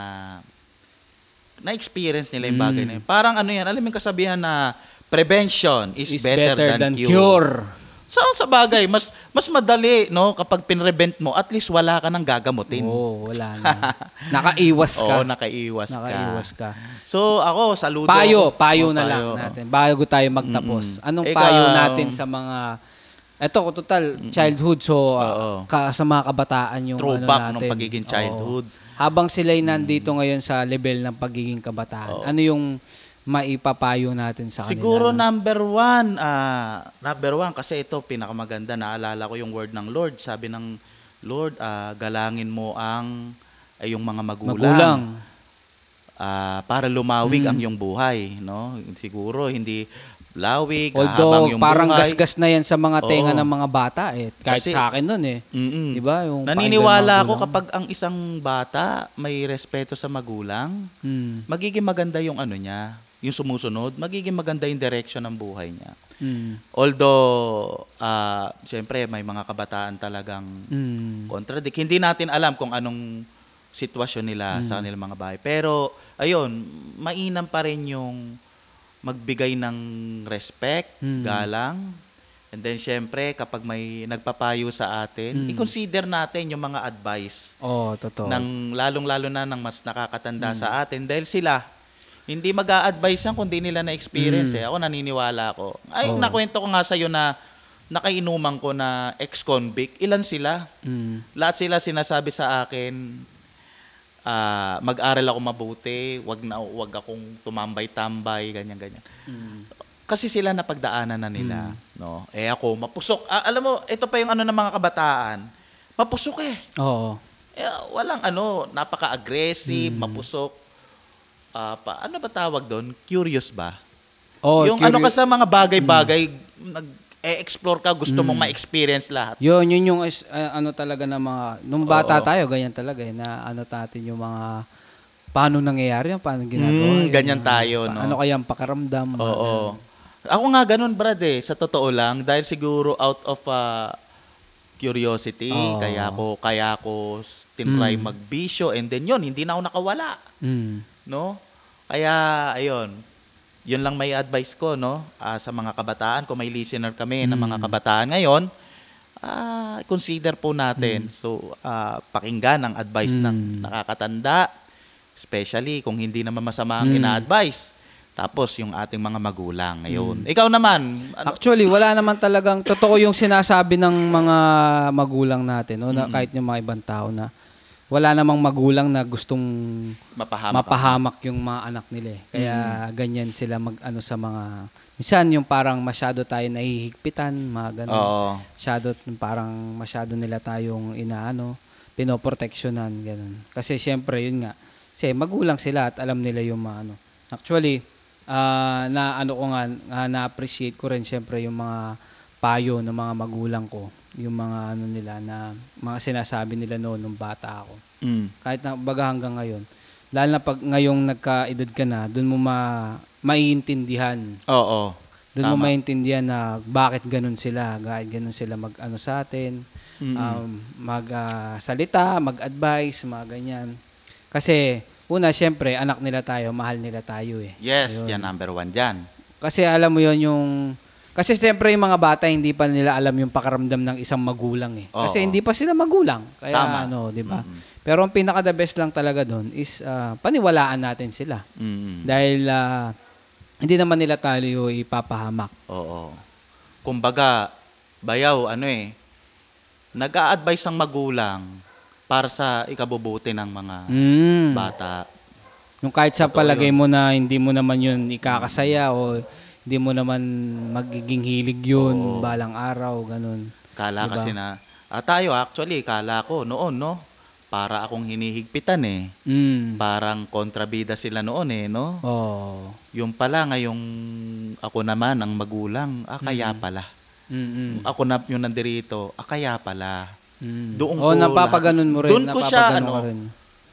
Speaker 2: na-experience nila
Speaker 1: Mm.
Speaker 2: yung bagay na yun. Parang ano yan, alam mo yung kasabihan na prevention is,
Speaker 1: is
Speaker 2: better, than, cure. So, sa bagay, mas mas madali, no? Kapag pinrevent mo, at least wala ka nang gagamutin.
Speaker 1: Oo, wala na. Nakaiwas ka.
Speaker 2: Oo, nakaiwas,
Speaker 1: Nakaiwas
Speaker 2: ka.
Speaker 1: ka.
Speaker 2: So, ako, saludo.
Speaker 1: Payo,
Speaker 2: ako.
Speaker 1: payo
Speaker 2: Oo,
Speaker 1: na
Speaker 2: payo.
Speaker 1: lang natin bago tayo magtapos. Anong
Speaker 2: Ikaw-
Speaker 1: payo natin sa mga Eto, total childhood so uh,
Speaker 2: Oo.
Speaker 1: ka, sa mga kabataan yung
Speaker 2: Throwback
Speaker 1: ano natin.
Speaker 2: ng pagiging
Speaker 1: Oo.
Speaker 2: childhood. Mm.
Speaker 1: Habang sila'y nandito ngayon sa level ng pagiging kabataan, ano yung maipapayo natin sa kanila?
Speaker 2: Siguro number one, ah, number one, kasi ito pinakamaganda, naalala ko yung word ng Lord. Sabi ng Lord, ah, galangin mo ang ay, yung mga magulang,
Speaker 1: magulang. Mm.
Speaker 2: ah, para lumawig ang yung buhay. No? Siguro hindi lawig,
Speaker 1: Although
Speaker 2: habang yung
Speaker 1: parang
Speaker 2: buhay.
Speaker 1: gasgas na yan sa mga tenga
Speaker 2: Oo.
Speaker 1: ng mga bata eh. Kahit
Speaker 2: Kasi-
Speaker 1: sa akin nun eh.
Speaker 2: Mm-mm.
Speaker 1: Di ba? Yung pakinggan
Speaker 2: Naniniwala ako
Speaker 1: magulang.
Speaker 2: kapag ang isang bata may respeto sa magulang,
Speaker 1: Mm.
Speaker 2: magiging maganda yung ano niya, yung sumusunod, magiging maganda yung direction ng buhay niya.
Speaker 1: Mm.
Speaker 2: Although, ah, siyempre, may mga kabataan talagang
Speaker 1: Mm.
Speaker 2: contradict. Hindi natin alam kung anong sitwasyon nila sa kanilang mga bahay. Pero, ayun, mainam pa rin yung magbigay ng respect, galang. And then, siyempre, kapag may nagpapayo sa atin, i-consider natin yung mga advice
Speaker 1: Oo, Hmm. totoo.
Speaker 2: ng lalong-lalo na ng mas nakakatanda sa atin dahil sila Hindi mag advise yan kundi nila na experience eh. Ako naniniwala ako. Ay,
Speaker 1: Hmm. Oo.
Speaker 2: nakwento ko nga sa'yo na nakainuman ko na ex-convict. Ilan sila?
Speaker 1: Mm.
Speaker 2: Lahat sila sinasabi sa akin, ah, mag-aral ako mabuti, wag na wag akong tumambay-tambay, ganyan ganyan.
Speaker 1: Hmm.
Speaker 2: Kasi sila napagdaanan na nila, no? Eh ako mapusok. Ah, alam mo, ito pa yung ano ng mga kabataan. Mapusok eh.
Speaker 1: Oo.
Speaker 2: eh walang ano, napaka-aggressive, mapusok. Ah, pa, ano ba tawag doon? Curious ba?
Speaker 1: Oo,
Speaker 2: yung ano ka
Speaker 1: curious-
Speaker 2: sa mga bagay-bagay, nag-explore ka, gusto mong ma-experience lahat.
Speaker 1: Yun, yun yung is- uh, ano talaga ng mga, nung bata tayo, ganyan talaga eh, na ano natin yung mga, paano nangyayari yan, paano ginagawa
Speaker 2: Mm,
Speaker 1: yun,
Speaker 2: ganyan
Speaker 1: ah,
Speaker 2: tayo,
Speaker 1: pa-
Speaker 2: no?
Speaker 1: Ano kaya ang pakaramdam? mga
Speaker 2: Oo. Ako nga ganun, Brad, eh. Sa totoo lang, dahil siguro out of ah, curiosity,
Speaker 1: Oo.
Speaker 2: kaya ako, kaya ako s- tinry magbisyo. And then yun, hindi na ako nakawala.
Speaker 1: ganun. Mm.
Speaker 2: No? Kaya, ayun. Yun lang may advice ko, no? Ah, sa mga kabataan, kung may listener kami ng mga kabataan ngayon, ah, consider po natin. So, ah, pakinggan ang advice ng nakakatanda, especially kung hindi naman masama ang ina-advise. Tapos, yung ating mga magulang ngayon. Ikaw naman, ano,
Speaker 1: Actually, wala naman talagang totoo yung sinasabi ng mga magulang natin, no? Na, kahit yung mga ibang tao na wala namang magulang na gustong
Speaker 2: mapahama ka.
Speaker 1: mapahamak yung mga anak nila. eh. Kaya ganyan sila mag ano sa mga minsan yung parang masyado tayo nahihigpitan, mga ganun.
Speaker 2: Oo.
Speaker 1: masyado parang masyado nila tayong inaano, pinoproteksyonan ganun. Kasi syempre yun nga, kasi magulang sila at alam nila yung mga ano. Actually, ah, na ano ko nga, nga na-appreciate ko rin syempre yung mga payo ng mga magulang ko, yung mga ano nila na mga sinasabi nila noon nung bata ako
Speaker 2: Mm.
Speaker 1: kahit na baga hanggang ngayon. Lalo na pag ngayong nagkaedad ka na, doon mo ma maiintindihan.
Speaker 2: Oo.
Speaker 1: Doon mo maiintindihan na bakit ganun sila, bakit ganun sila mag-ano sa atin, um, mag-salita, mag-advise, mga ganyan. Kasi una, syempre, anak nila tayo, mahal nila tayo eh.
Speaker 2: Yes, yan number one dyan.
Speaker 1: Kasi alam mo yon yung... Kasi syempre yung mga bata hindi pa nila alam yung pakaramdam ng isang magulang eh. Kasi
Speaker 2: Oo.
Speaker 1: hindi pa sila magulang. Kaya
Speaker 2: Tama.
Speaker 1: ano, 'di ba? Pero ang pinaka the best lang talaga doon is ah, paniwalaan natin sila.
Speaker 2: Mm.
Speaker 1: Dahil ah, hindi naman nila tayo ipapahamak.
Speaker 2: Oo. Kumbaga, bayaw, ano eh, nag advise ang magulang para sa ikabubuti ng mga
Speaker 1: Mm.
Speaker 2: bata.
Speaker 1: Yung kahit sa palagay mo na hindi mo naman yun ikakasaya o hindi mo naman magiging hilig yun balang araw, ganun.
Speaker 2: Kala
Speaker 1: Diba?
Speaker 2: kasi na, ah, tayo actually, kala ko noon, no? Para akong hinihigpitan eh.
Speaker 1: Mm.
Speaker 2: Parang kontrabida sila noon eh, no?
Speaker 1: Oh.
Speaker 2: Yung pala ngayong ako naman ang magulang, ah kaya pala.
Speaker 1: Mm, Mm-mm.
Speaker 2: Ako na yung nandirito, ah kaya pala.
Speaker 1: Mm.
Speaker 2: Doon
Speaker 1: Oo,
Speaker 2: ko
Speaker 1: napapaganon
Speaker 2: lahat-
Speaker 1: mo rin,
Speaker 2: Doon ko siya,
Speaker 1: napapaganon
Speaker 2: ano,
Speaker 1: ka rin.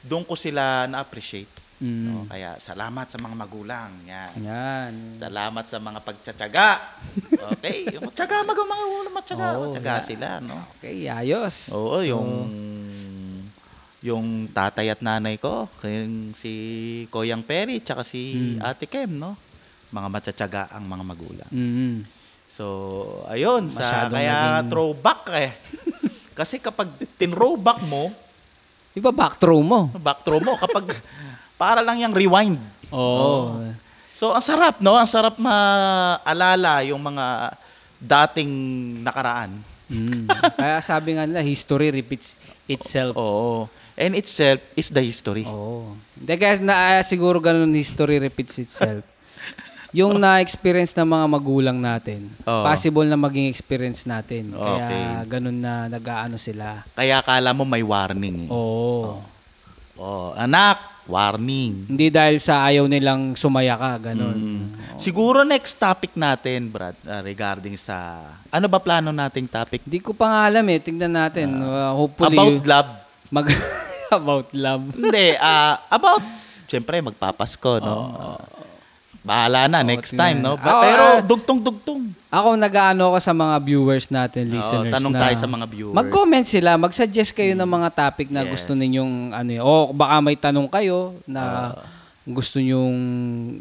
Speaker 2: doon ko sila na-appreciate.
Speaker 1: Mm.
Speaker 2: No? Kaya salamat sa mga magulang. Yan.
Speaker 1: Yan.
Speaker 2: Salamat sa mga pagtsatsaga. Okay, yung tsaga magawa mga ulo matyaga,
Speaker 1: Oo,
Speaker 2: matyaga
Speaker 1: yeah.
Speaker 2: sila, no?
Speaker 1: Okay, ayos.
Speaker 2: Oo, yung yung tatay at nanay ko, yung si Koyang Perry tsaka si Ate Kem, no? Mga matsatsaga ang mga magulang.
Speaker 1: Mm.
Speaker 2: So, ayun, sa,
Speaker 1: Masyadong
Speaker 2: kaya
Speaker 1: naging-
Speaker 2: throwback eh. Kasi kapag tinrowback mo,
Speaker 1: Di ba back throw mo?
Speaker 2: back throw mo kapag para lang yung rewind.
Speaker 1: Oo.
Speaker 2: So ang sarap no, ang sarap maalala yung mga dating nakaraan.
Speaker 1: Mm. Kaya sabi nga nila, history repeats itself.
Speaker 2: Oo. And itself is the history.
Speaker 1: Oo. Hindi guys, na, ah, siguro ganun history repeats itself. Yung na-experience ng mga magulang natin,
Speaker 2: Oo. Oh,
Speaker 1: possible na maging experience natin.
Speaker 2: Okay.
Speaker 1: Kaya ganun na nag-aano sila.
Speaker 2: Kaya kala mo may warning eh. Oo,
Speaker 1: Oo.
Speaker 2: anak, warning.
Speaker 1: Hindi dahil sa ayaw nilang sumaya ka, ganun.
Speaker 2: Mm. Siguro next topic natin, Brad, uh, regarding sa ano ba plano nating topic?
Speaker 1: Hindi ko pa nga alam eh. Tignan natin. Uh, hopefully,
Speaker 2: Ah. about love.
Speaker 1: mag about love.
Speaker 2: Hindi, ah, about Siyempre, magpapasko, no? Bahala na next time, no? Ba-
Speaker 1: Oo,
Speaker 2: Pero
Speaker 1: ah.
Speaker 2: dugtong-dugtong.
Speaker 1: Ako nag-aano ko sa mga viewers natin, listeners.
Speaker 2: tanong
Speaker 1: na
Speaker 2: tayo sa mga viewers.
Speaker 1: Mag-comment sila, mag-suggest kayo ng mga topic na
Speaker 2: Hmm. Yes. Ah.
Speaker 1: gusto ninyong ano yun. O baka may tanong kayo na gusto nyong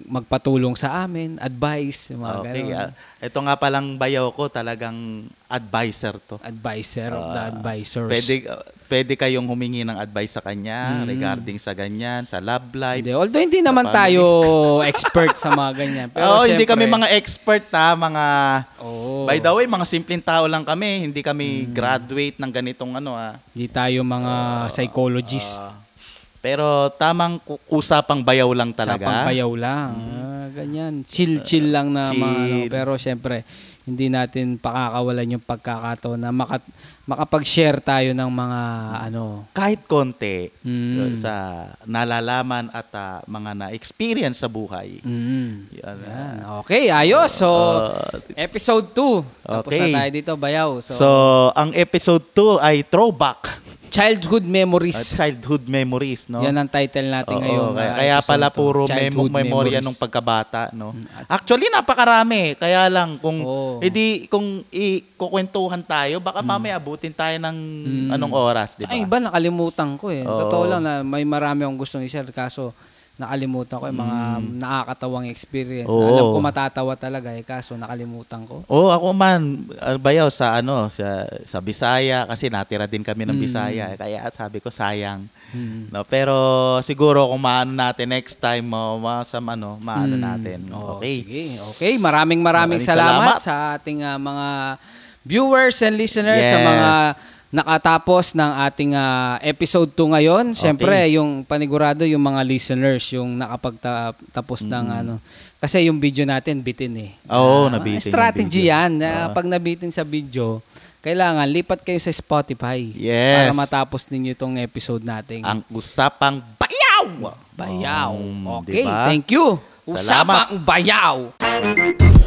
Speaker 1: magpatulong sa amin, advice, yung mga
Speaker 2: Okay.
Speaker 1: ganun.
Speaker 2: ah, ito nga palang bayaw ko, talagang advisor to.
Speaker 1: Advisor of the
Speaker 2: Ah,
Speaker 1: advisors.
Speaker 2: Pwede, ah, pwede kayong humingi ng advice sa kanya regarding sa ganyan, sa love
Speaker 1: Hmm.
Speaker 2: life.
Speaker 1: Hindi. Although hindi naman
Speaker 2: Paano?
Speaker 1: tayo expert sa mga ganyan. Pero
Speaker 2: Oo, hindi
Speaker 1: syempre-
Speaker 2: kami mga expert ha, mga...
Speaker 1: Oo. Hmm.
Speaker 2: By the way, mga simpleng tao lang kami. Hindi kami graduate ng ganitong ano ha.
Speaker 1: Hindi tayo mga psychologist.
Speaker 2: Ah, pero tamang ku- usapang bayaw lang
Speaker 1: sa
Speaker 2: talaga. Mm.
Speaker 1: pangpayaw lang. Ah, ganyan. Chill-chill lang na mga ano.
Speaker 2: Chill.
Speaker 1: Pero syempre, hindi natin pakakawalan yung pagkakataon na makat- makapag-share tayo ng mga ano.
Speaker 2: Kahit konti
Speaker 1: Mm.
Speaker 2: sa nalalaman at ah, mga na-experience sa buhay.
Speaker 1: Mm.
Speaker 2: Yan, ah.
Speaker 1: Yan. Okay, ayos. So,
Speaker 2: Ah,
Speaker 1: episode 2. Tapos
Speaker 2: Okay.
Speaker 1: na tayo dito, Bayaw. So,
Speaker 2: so, ang episode 2 ay throwback.
Speaker 1: childhood
Speaker 2: uh,
Speaker 1: memories.
Speaker 2: childhood memories, no?
Speaker 1: Yan ang title natin
Speaker 2: Oo,
Speaker 1: ngayon.
Speaker 2: kaya,
Speaker 1: ah,
Speaker 2: kaya
Speaker 1: episode
Speaker 2: pala
Speaker 1: to.
Speaker 2: puro
Speaker 1: Childhood
Speaker 2: memong memorya
Speaker 1: memories. Mm,
Speaker 2: nung pagkabata, no? Actually, napakarami. Kaya lang, kung
Speaker 1: Oo. Mm.
Speaker 2: edi, kung ikukwentuhan tayo, baka mamaya abutin tayo ng anong oras, di ba?
Speaker 1: Ay, iba nakalimutan ko eh.
Speaker 2: Diba? Oo.
Speaker 1: Totoo lang na may marami akong gustong i-share kaso nakalimutan ko yung mga nakakatawang experience.
Speaker 2: Mm. Oo.
Speaker 1: Alam ko matatawa talaga eh kaso nakalimutan ko.
Speaker 2: Oo, ako man, ah, bayaw sa ano, sa, sa Bisaya kasi natira din kami
Speaker 1: Mm.
Speaker 2: ng Bisaya. eh, Kaya sabi ko sayang. No, pero siguro kung maano natin next time, ma, ma, sa ano, maano natin.
Speaker 1: Mm. Oo,
Speaker 2: Okay.
Speaker 1: Oh, Sige. Okay, maraming maraming,
Speaker 2: Maraming
Speaker 1: salamat,
Speaker 2: salamat.
Speaker 1: sa ating ah, mga viewers and listeners sa
Speaker 2: Yes.
Speaker 1: mga nakatapos ng ating ah, episode 2 ngayon. Siyempre, yung panigurado, yung mga listeners, yung nakapagtapos ng
Speaker 2: Mm.
Speaker 1: ano. Kasi yung video natin, bitin eh.
Speaker 2: Oo,
Speaker 1: Ah,
Speaker 2: nabitin yung
Speaker 1: Strategy
Speaker 2: video.
Speaker 1: yan. na pag nabitin sa video, kailangan lipat kayo sa Spotify
Speaker 2: Yes.
Speaker 1: para matapos ninyo itong episode nating
Speaker 2: Ang usapang bayaw!
Speaker 1: Bayaw.
Speaker 2: Um,
Speaker 1: Okay,
Speaker 2: diba?
Speaker 1: thank you. Usapang
Speaker 2: Salamat.
Speaker 1: Bayaw.